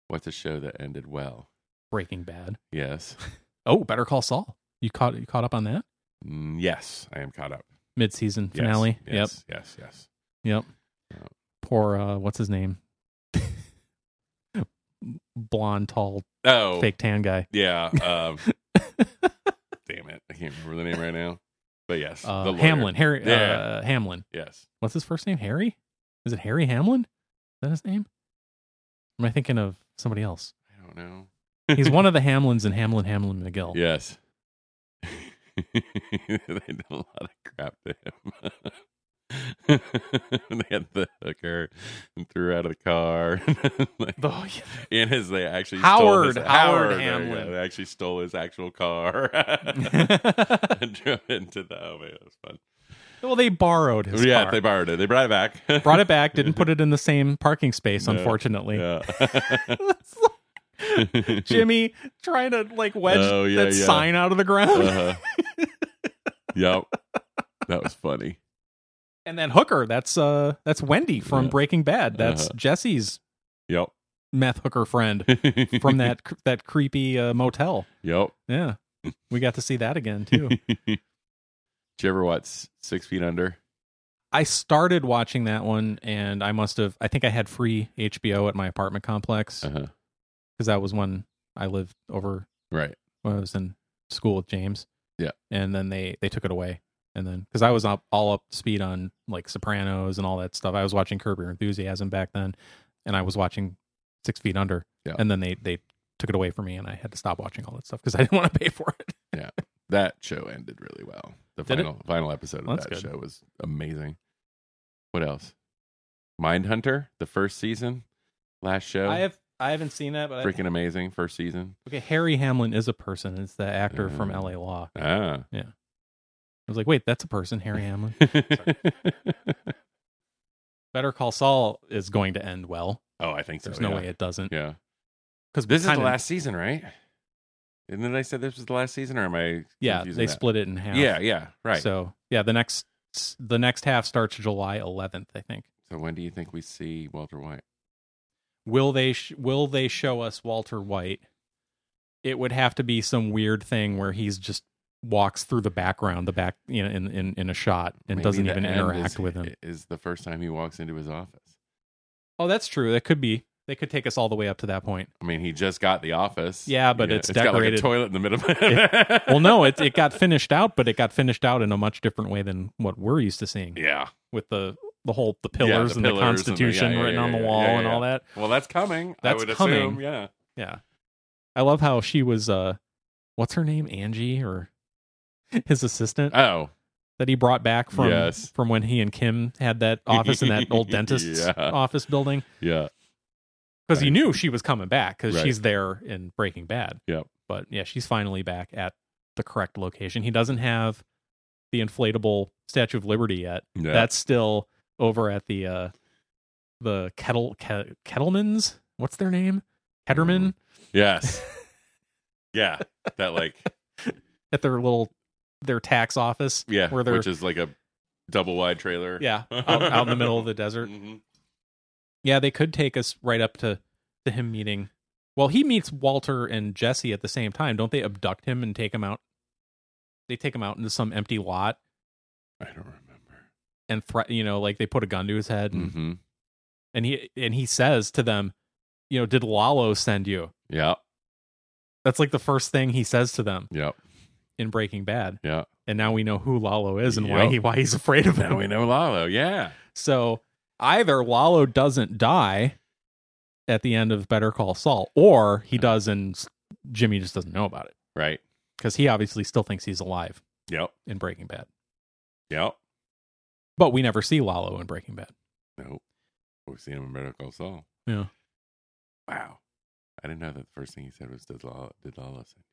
B: What's a show that ended well?
A: breaking bad
B: Yes.
A: oh better call saul you caught you caught up on that
B: Mm, yes, I am caught up.
A: mid-season
B: Yes,
A: finale yep
B: Yes, Yes, yes.
A: poor uh what's his name blonde tall
B: Oh,
A: fake tan guy
B: yeah. Um, damn it. I can't remember the name right now. But yes. the
A: uh,
B: lawyer.
A: hamlin harry
B: Yeah.
A: uh, hamlin
B: Yes.
A: what's his first name? Harry? Is it Harry Hamlin? Is that his name? Or am I thinking of somebody else?
B: I don't know.
A: He's one of the Hamlins in Hamlin, Hamlin, McGill.
B: Yes. they did a lot of crap to him. they had the hooker and threw her out of the car. Like,
A: The- yeah.
B: and his they actually
A: Howard,
B: stole his,
A: Howard
B: there you go.
A: Hamlin.
B: They actually stole his actual car. and drove into the oh man, that was fun.
A: well, they borrowed his
B: yeah,
A: car.
B: they borrowed it. They brought it back.
A: Brought it back, didn't put it in the same parking space,
B: No.
A: unfortunately.
B: Yeah.
A: It's like Jimmy trying to like wedge
B: Oh, yeah,
A: that
B: yeah.
A: sign out of the ground.
B: Uh-huh. yep. That was funny.
A: and that hooker, that's uh that's Wendy from
B: Yeah.
A: Breaking Bad. That's
B: Uh-huh.
A: Jesse's
B: Yep.
A: meth hooker friend from that cr- that creepy uh, motel.
B: Yep.
A: Yeah. We got to see that again too.
B: Did you ever watch Six Feet Under?
A: I started watching that one and I must have I think I had free HBO at my apartment complex
B: Uh huh.
A: because that was when I lived over
B: Right.
A: when I was in school with James.
B: Yeah.
A: And then they they took it away. And then cuz I was up, all up to speed on like Sopranos and all that stuff. I was watching Curb Your Enthusiasm back then and I was watching 6 Feet Under.
B: Yeah.
A: And then they they took it away from me and I had to stop watching all that stuff cuz I didn't want to pay for it.
B: That show ended really well. The
A: Did it?
B: final final episode of
A: Well, that's
B: that
A: good.
B: show was amazing. What else? Mindhunter, the first season, last show.
A: I have I haven't seen that but
B: freaking amazing first season.
A: okay, Harry Hamlin is a person. It's the actor from
B: Mm.
A: LA Law.
B: Ah.
A: I was like, wait, that's a person, Harry Hamlin. Better Call Saul is going to end well.
B: oh, I think so.
A: There's no
B: yeah.
A: way it doesn't.
B: Yeah.
A: Because
B: This is the last season, right? Isn't it I said this was the last season, or am I?
A: Yeah,
B: confusing
A: they
B: that?
A: split it in half.
B: Yeah, yeah, right. So,
A: So yeah, the next the next half starts July 11th, I think.
B: when do you think we see Walter White?
A: Will they sh- will they show us Walter White? It would have to be some weird thing where he's just walks through the background, the back, you know, in in, in a shot and
B: Maybe
A: doesn't
B: the
A: even
B: end
A: interact
B: is-
A: with him.
B: Is the first time he walks into his office.
A: oh, that's true. That could be. They could take us all the way up to that point.
B: I mean, he just got the office.
A: Yeah, but it's decorated-
B: got like a toilet in the middle. of it.
A: well, no, it it got finished out, but it got finished out in a much different way than what we're used to seeing
B: yeah.
A: with the the whole the pillars
B: the
A: and the
B: pillars and the-
A: Constitution
B: yeah, yeah,
A: written
B: yeah,
A: on the
B: yeah,
A: wall
B: yeah,
A: and
B: yeah.
A: all that.
B: Well, that's coming.
A: That's
B: I would
A: coming.
B: Assume, yeah.
A: Yeah, I love how she was. uh What's her name? Angie or his assistant
B: Oh,
A: that he brought back from
B: Yes.
A: from when he and Kim had that office in that old dentist's
B: Yeah.
A: office building
B: yeah.
A: because he
B: Right.
A: knew she was coming back because
B: Right.
A: she's there in Breaking Bad.
B: Yep.
A: But yeah, she's finally back at the correct location. He doesn't have the inflatable Statue of Liberty yet.
B: yeah.
A: That's still over at the uh the kettle Ke- kettleman's. What's their name?
B: Mm.
A: Ketterman
B: yes. yeah. That like
A: at their little their tax office.
B: yeah,
A: Where they're-
B: which is like a double wide trailer.
A: Yeah, out, out in the middle of the desert.
B: Mhm.
A: Yeah, they could take us right up to to him meeting. Well, he meets Walter and Jesse at the same time. Don't they abduct him and take him out? They take him out into some empty lot
B: I don't remember.
A: and threat. You know, like they put a gun to his head, and,
B: Mm-hmm.
A: and he and he says to them, "You know, did Lalo send you?"
B: Yeah.
A: That's like the first thing he says to them.
B: Yep.
A: in Breaking Bad.
B: Yeah.
A: And now we know who Lalo is and why he why he's afraid of
B: Now
A: him.
B: we know Lalo. Yeah.
A: So either Lalo doesn't die at the end of Better Call Saul, or he does and s- Jimmy just doesn't know about it
B: Right.
A: because he obviously still thinks he's alive
B: Yep.
A: in Breaking Bad.
B: Yep.
A: But we never see Lalo in Breaking Bad.
B: Nope. We've seen him in Better Call Saul.
A: Yeah.
B: Wow. I didn't know that the first thing he said was did Lala did Lala send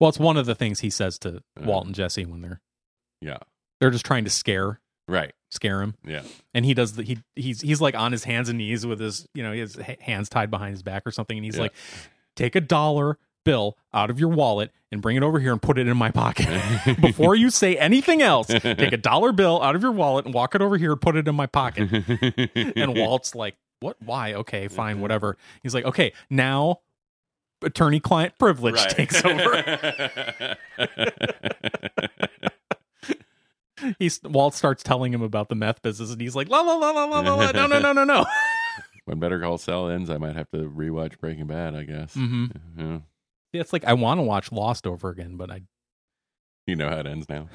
A: Well, it's one of the things he says to
B: Yeah.
A: Walt and Jesse when they're
B: you?" Yeah.
A: they're just trying to scare
B: Right.
A: scare him.
B: Yeah.
A: and he does the he he's he's like on his hands and knees with his you know his h- hands tied behind his back or something and he's
B: Yeah.
A: like take a dollar bill out of your wallet and bring it over here and put it in my pocket before you say anything else take a dollar bill out of your wallet and walk it over here put it in my pocket and
B: and
A: walt's like what why okay fine whatever he's like okay now attorney client privilege takes over he's walt starts telling him about the meth business and he's like la la la la la la la no no no no no
B: when Better Call Saul ends, I might have to rewatch Breaking Bad, I guess.
A: mm-hmm.
B: Yeah.
A: it's like i want to watch lost over again but i
B: You know how it ends now.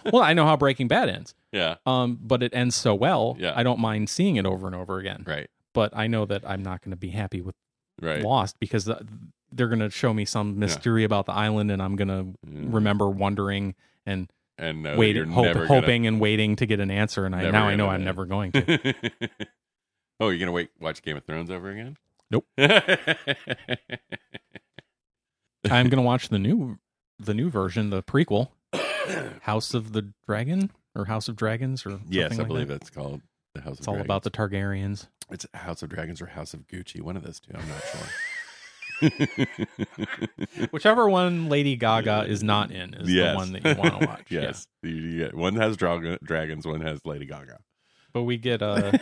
A: well, I know how Breaking Bad ends,
B: yeah.
A: um, but it ends so well.
B: Yeah.
A: I don't mind seeing it over and over again.
B: Right.
A: But I know that I'm not going to be happy with
B: Right.
A: lost because the, they're going to show me some mystery about the island and I'm going to
B: Mm.
A: remember wondering and
B: and know that
A: waiting,
B: you're
A: hope,
B: never gonna-
A: hoping and waiting to get an answer. And I,
B: Never
A: now I know
B: gonna
A: I'm
B: know.
A: never going to.
B: oh, you're gonna wait watch Game of Thrones over again?
A: Nope. I'm going to watch the new the new version, the prequel, House of the Dragon or House of Dragons or
B: yes,
A: something
B: I
A: like
B: believe
A: that.
B: that's called the House
A: It's
B: of
A: all
B: Dragons.
A: about the Targaryens.
B: it's House of Dragons or House of Gucci, one of those two. I'm not sure.
A: Whichever one Lady Gaga is not in is
B: yes.
A: the one that you want to watch. Yeah.
B: yes. You- you get- one has drag- dragons, one has Lady Gaga. Uh-uh.
A: But we get uh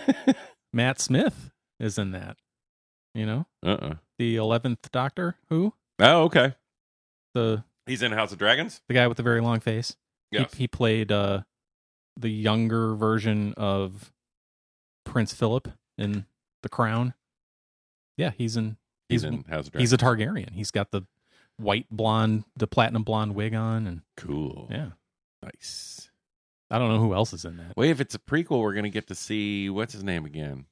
A: Matt Smith is in that. You know?
B: uh-uh.
A: The eleventh Doctor, who?
B: Oh, okay.
A: The
B: He's in House of Dragons?
A: the guy with the very long face.
B: Yes.
A: He, he played uh the younger version of Prince Philip in The Crown. Yeah, he's in
B: he's,
A: he's-
B: in House of Dragons.
A: he's a Targaryen. He's got the white blonde, the platinum blonde wig on and
B: cool.
A: yeah.
B: Nice.
A: I don't know who else is in that.
B: Wait, if it's a prequel, we're gonna get to see what's his name again?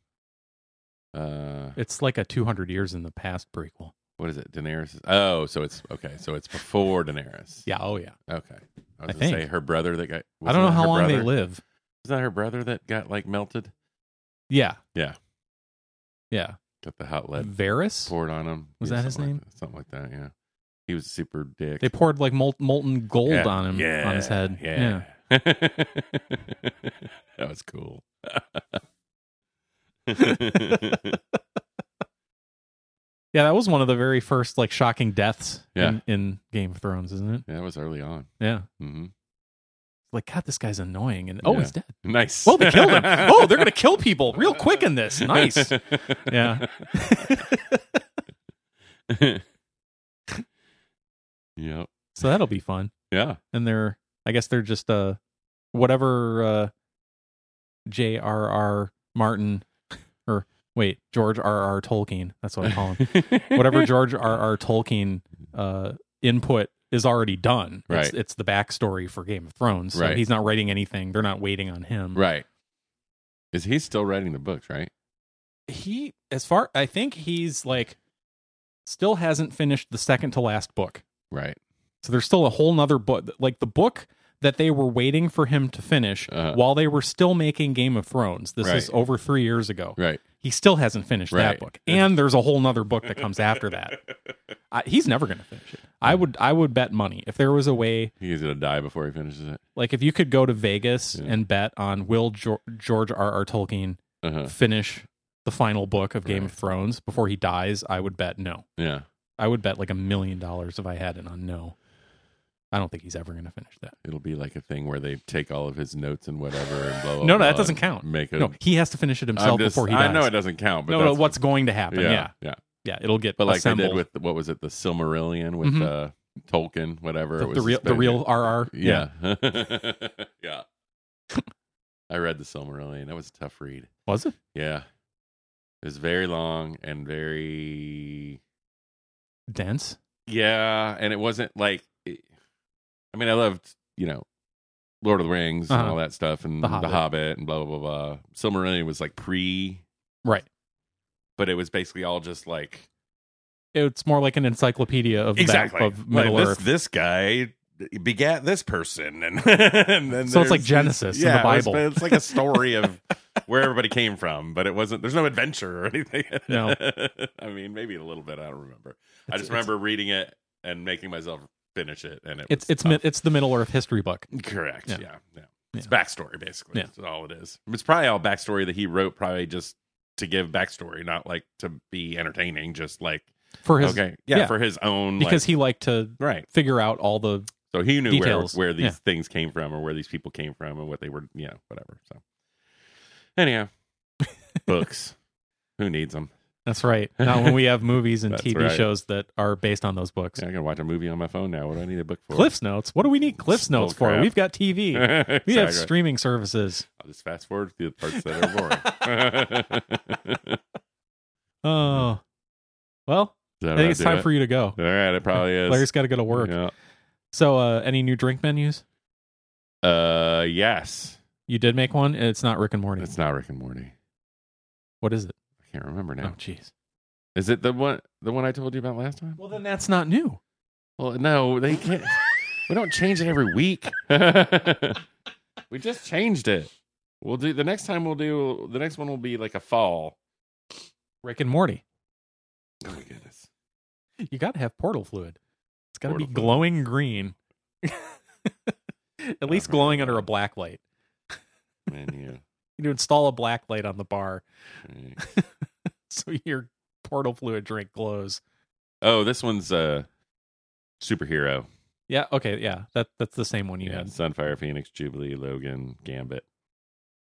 B: Uh
A: It's like a 200 years in the past prequel.
B: what is it? Daenerys. Oh, so it's okay. So it's before Daenerys.
A: Yeah, oh yeah.
B: Okay. I
A: I
B: was gonna say
A: think.
B: her brother that got.
A: I don't know
B: wasn't
A: how
B: her
A: long they
B: brother-
A: live.
B: Is that her brother that got like melted?
A: Yeah.
B: Yeah.
A: Yeah.
B: Got the hot lead
A: Varys?
B: poured on him.
A: Was
B: Yeah,
A: that his
B: something
A: name?
B: Like that, something like that. Yeah. He was a super dick.
A: They poured like mol- molten gold
B: Yeah,
A: on him,
B: yeah,
A: on his head.
B: Yeah. that was cool.
A: Yeah, that was one of the very first like shocking deaths
B: Yeah.
A: in, in Game of Thrones, isn't it?
B: that was early on.
A: Yeah.
B: hmm
A: Like, God, this guy's annoying. And oh,
B: Yeah.
A: he's dead.
B: Nice.
A: Oh, they killed him. oh, they're going to kill people real quick in this. Nice. Yeah.
B: yep.
A: so that'll be fun.
B: Yeah.
A: and they're I guess they're just uh whatever uh J.R.R. Martin or wait, George R.R. Tolkien, that's what I call him. whatever George R.R. Tolkien uh input is already done. It's,
B: Right.
A: it's the backstory for Game of Thrones. So
B: Right.
A: he's not writing anything. They're not waiting on him.
B: Right. Is he still writing the books, right?
A: He as far I think he's like still hasn't finished the second to last book.
B: Right.
A: So there's still a whole nother book. Like the book that they were waiting for him to finish
B: Uh-huh.
A: while they were still making Game of Thrones. This is
B: Right.
A: over three years ago.
B: Right.
A: He still hasn't finished
B: Right.
A: that book. And there's a whole nother book that comes after that. I, he's never going to finish it. I would I would bet money if there was a way
B: He's gonna die before he finishes it.
A: like if you could go to Vegas
B: Yeah.
A: and bet on will Geor- George R R Tolkien
B: Uh-huh.
A: finish the final book of Game
B: Right.
A: of Thrones before he dies, I would bet no.
B: Yeah.
A: I would bet like a million dollars if I had it on no. I don't think he's ever going to finish that.
B: It'll be like a thing where they take all of his notes and whatever and blow.
A: No, no,
B: blah,
A: that doesn't
B: and
A: count.
B: Make it.
A: No, he has to finish it himself before he dies.
B: I know it doesn't count, but
A: no, no,
B: that's-
A: what's going to happen? Yeah, yeah,
B: yeah.
A: it'll get
B: But like
A: assembled.
B: they did with what was it, the Silmarillion with
A: Mhm.
B: uh, Tolkien, whatever. it
A: the,
B: was
A: the real, the
B: suspended.
A: real RR.
B: Yeah. Yeah. I read the Silmarillion. That was a tough read.
A: was it?
B: Yeah. It was very long and very
A: Dense.
B: Yeah, and it wasn't like it- I mean, I loved, you know, Lord of the Rings and
A: Uh-huh.
B: all that stuff and
A: The
B: The
A: Hobbit.
B: Hobbit, and blah blah blah blah. Silmarillion was like pre,
A: Right.
B: but it was basically all just like
A: It's more like an encyclopedia of the back-
B: exactly
A: of Middle
B: like,
A: Earth.
B: This, this guy begat this person, and, and then
A: So it's like
B: there's-
A: Genesis in the
B: yeah, it was-
A: Bible.
B: but It's, like a story of where everybody came from, but it wasn't. There's no adventure or anything.
A: No.
B: I mean maybe a little bit. I don't remember. I
A: It's-
B: just remember reading it and making myself finish it, and it
A: It's
B: was
A: it's mi-
B: tough.
A: it's the Middle Earth history book.
B: correct.
A: Yeah.
B: Yeah, yeah. It's
A: Yeah.
B: backstory basically.
A: Yeah.
B: That's all it is. It's probably all backstory that he wrote. Probably just to give backstory, not like to be entertaining. Just like
A: for his
B: okay, yeah,
A: yeah.
B: for his own
A: because
B: like,
A: he liked to
B: right.
A: figure out all the
B: So he knew where,
A: Details.
B: where these
A: Yeah.
B: things came from or where these people came from and what they were, you know, whatever. So, anyhow, books. Who needs them?
A: That's right. Now when we have movies and
B: That's
A: TV
B: right.
A: shows that are based on those books.
B: I can watch a movie on my phone now. What do I need a book for?
A: Cliff's notes. What do we need Cliff's
B: Bull
A: notes for?
B: crap.
A: We've got TV. We have
B: Exactly.
A: streaming services.
B: I'll just fast forward through the parts that are boring. Mm-hmm.
A: Oh. Well, I think it's time for you to go.
B: All right, it probably is.
A: Larry's got to go to work. So, uh, any new drink menus?
B: Yeah. Uh, yes.
A: You did make one. and It's not Rick and Morty.
B: It's not Rick and Morty.
A: What is it?
B: I can't remember now.
A: Oh, jeez.
B: Is it the one? The one I told you about last time?
A: Well, then that's not new.
B: Well, no, they can't. we don't change it every week. we just changed it. We'll do the next time. We'll do the next one. Will be like a fall.
A: Rick and Morty.
B: Oh my goodness!
A: You got to have portal fluid. It's got to be
B: Portal fluid.
A: glowing green. At least
B: remember
A: glowing under
B: that.
A: a black light.
B: Menu.
A: You need to install a black light on the bar
B: Right.
A: so your portal fluid drink glows.
B: Oh, this one's uh superhero.
A: Yeah. Okay. Yeah. That that's the same one you
B: Yeah,
A: had.
B: Sunfire, Phoenix, Jubilee, Logan, Gambit.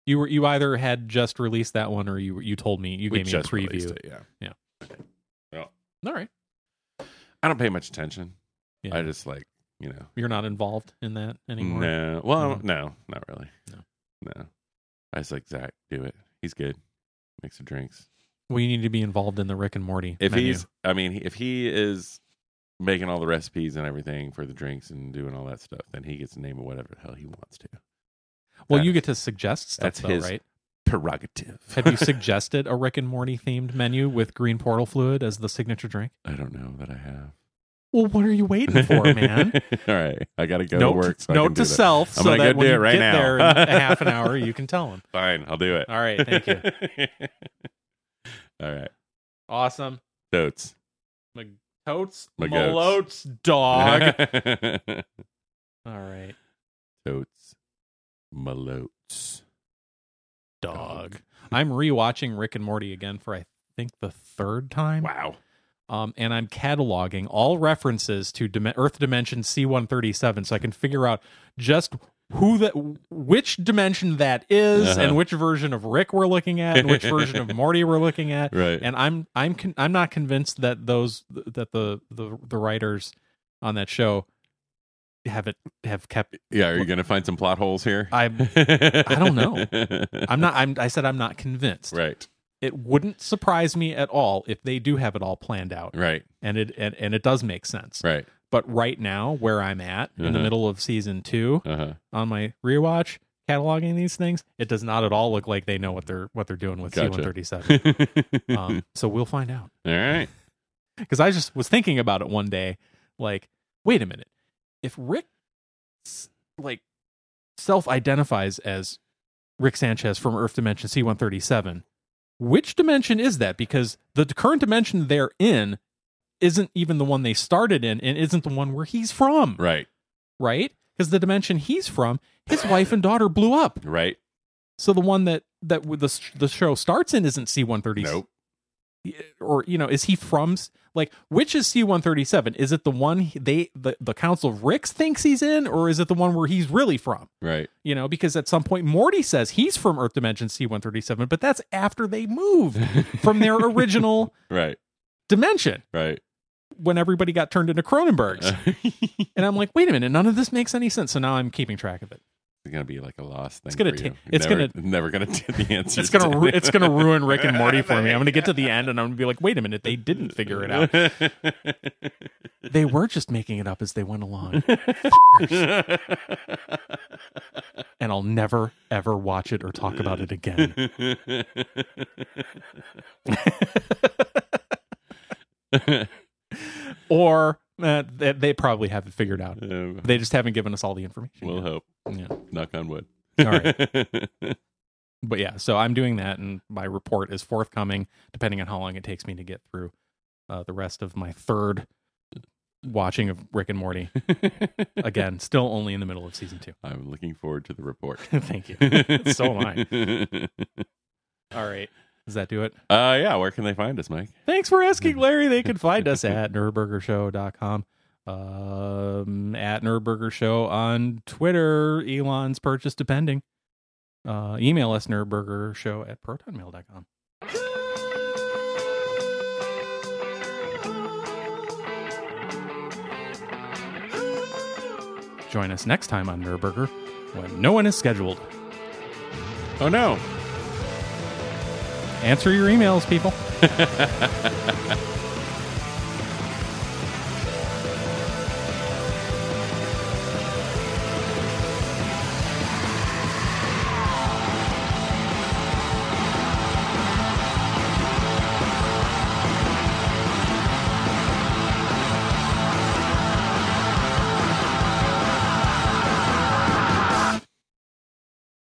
A: You were you either had just released that one or you you told me you
B: We
A: gave me a
B: just released
A: preview.
B: it, yeah,
A: All right.
B: I don't pay much attention.
A: Yeah.
B: I just like you know.
A: You're not involved in that anymore.
B: No, well,
A: Mhm.
B: no, not really.
A: No.
B: no. I was like Zach, do it. He's good. Make some drinks.
A: Well, you need to be involved in the Rick and Morty.
B: If
A: menu.
B: he's, I mean, if he is making all the recipes and everything for the drinks and doing all that stuff, then he gets to name it whatever the hell he wants to.
A: well,
B: that-
A: you get to suggest stuff
B: that's
A: though,
B: his-
A: right?
B: Prerogative.
A: Have you suggested a Rick and Morty themed menu with green portal fluid as the signature drink?
B: I don't know that I have.
A: Well, what are you waiting for, man?
B: all right, I gotta go
A: note
B: to work. So I can
A: note
B: do
A: to
B: that.
A: self
B: I'm
A: so
B: gonna
A: that
B: go
A: when
B: do it
A: you
B: right
A: get
B: now.
A: there in a half an hour, you can tell him.
B: Fine, I'll do it.
A: All right, thank you.
B: all right,
A: Awesome.
B: totes.
A: Totes,
B: My
A: malotes, dog. All right,
B: totes, malotes.
A: dog. I'm rewatching Rick and Morty again for I think the third time.
B: Wow.
A: um, and I'm cataloging all references to dim- Earth dimension C137, so I can figure out just who that, which dimension that is
B: Uh-huh.
A: and which version of Rick we're looking at, and which version of Morty we're looking at.
B: Right.
A: And I'm I'm con- I'm not convinced that those that the the the writers on that show have it have kept.
B: yeah, are you gonna find some plot holes here?
A: I
B: I
A: don't know. I'm not. I'm. I said I'm not convinced.
B: Right,
A: It wouldn't surprise me at all if they do have it all planned out,
B: right,
A: and it and, and it does make sense.
B: right.
A: But right now, where I'm at in the
B: Uh-huh.
A: middle of season two
B: Uh huh.
A: on my rewatch, cataloging these things, it does not at all look like they know what they're what they're doing with
B: Gotcha.
A: C137. um, so we'll find out.
B: All right.
A: Because I just was thinking about it one day, like, wait a minute, if Rick s- like self-identifies as Rick Sanchez from Earth Dimension C137, which dimension is that? Because the current dimension they're in isn't even the one they started in, and isn't the one where he's from
B: Right.
A: right? Because the dimension he's from, his wife and daughter blew up.
B: Right.
A: So the one that that w- the s- the show starts in isn't C one thirty.
B: Nope.
A: Or you know, is he from s- like which is C one thirty seven? Is it the one he- they the the Council of Ricks thinks he's in, or is it the one where he's really from?
B: Right.
A: You know, because at some point Morty says he's from Earth Dimension C one thirty seven, but that's after they moved from their original
B: Right.
A: dimension
B: Right.
A: when everybody got turned into Cronenbergs.
B: it's
A: And I'm like, wait a minute, none of this makes any sense. So now I'm keeping track of it.
B: gonna be like a lost thing.
A: It's gonna
B: for
A: ta-
B: you.
A: it's
B: never,
A: gonna-
B: never gonna get the answer.
A: it's gonna ru- it's gonna ruin Rick and Morty for me. I'm gonna get to the end and I'm gonna be like, wait a minute, they didn't figure it out. They were just making it up as they went along, and I'll never ever watch it or talk about it again. Or uh, they, they probably have it figured out.
B: Um,
A: They just haven't given us all the information.
B: we'll
A: yet.
B: hope.
A: Yeah.
B: Knock on wood.
A: All But yeah, so I'm doing that, and my report is forthcoming, depending on how long it takes me to get through uh, the rest of my third watching of Rick and Morty. Again, still only in the middle of season two.
B: I'm looking forward to the report.
A: Thank you. So am I. All right. Does that do it?
B: Uh, yeah, where can they find us, Mike?
A: Thanks for asking, Larry. They can find us at NerdburgerShow.com. Um, at Nerdburger Show on Twitter, Elon's purchase depending. Uh, email us nerdburgershow at protonmail.com. Join us next time on Nerdburger when no one is scheduled.
B: Oh, no.
A: Answer your emails, people.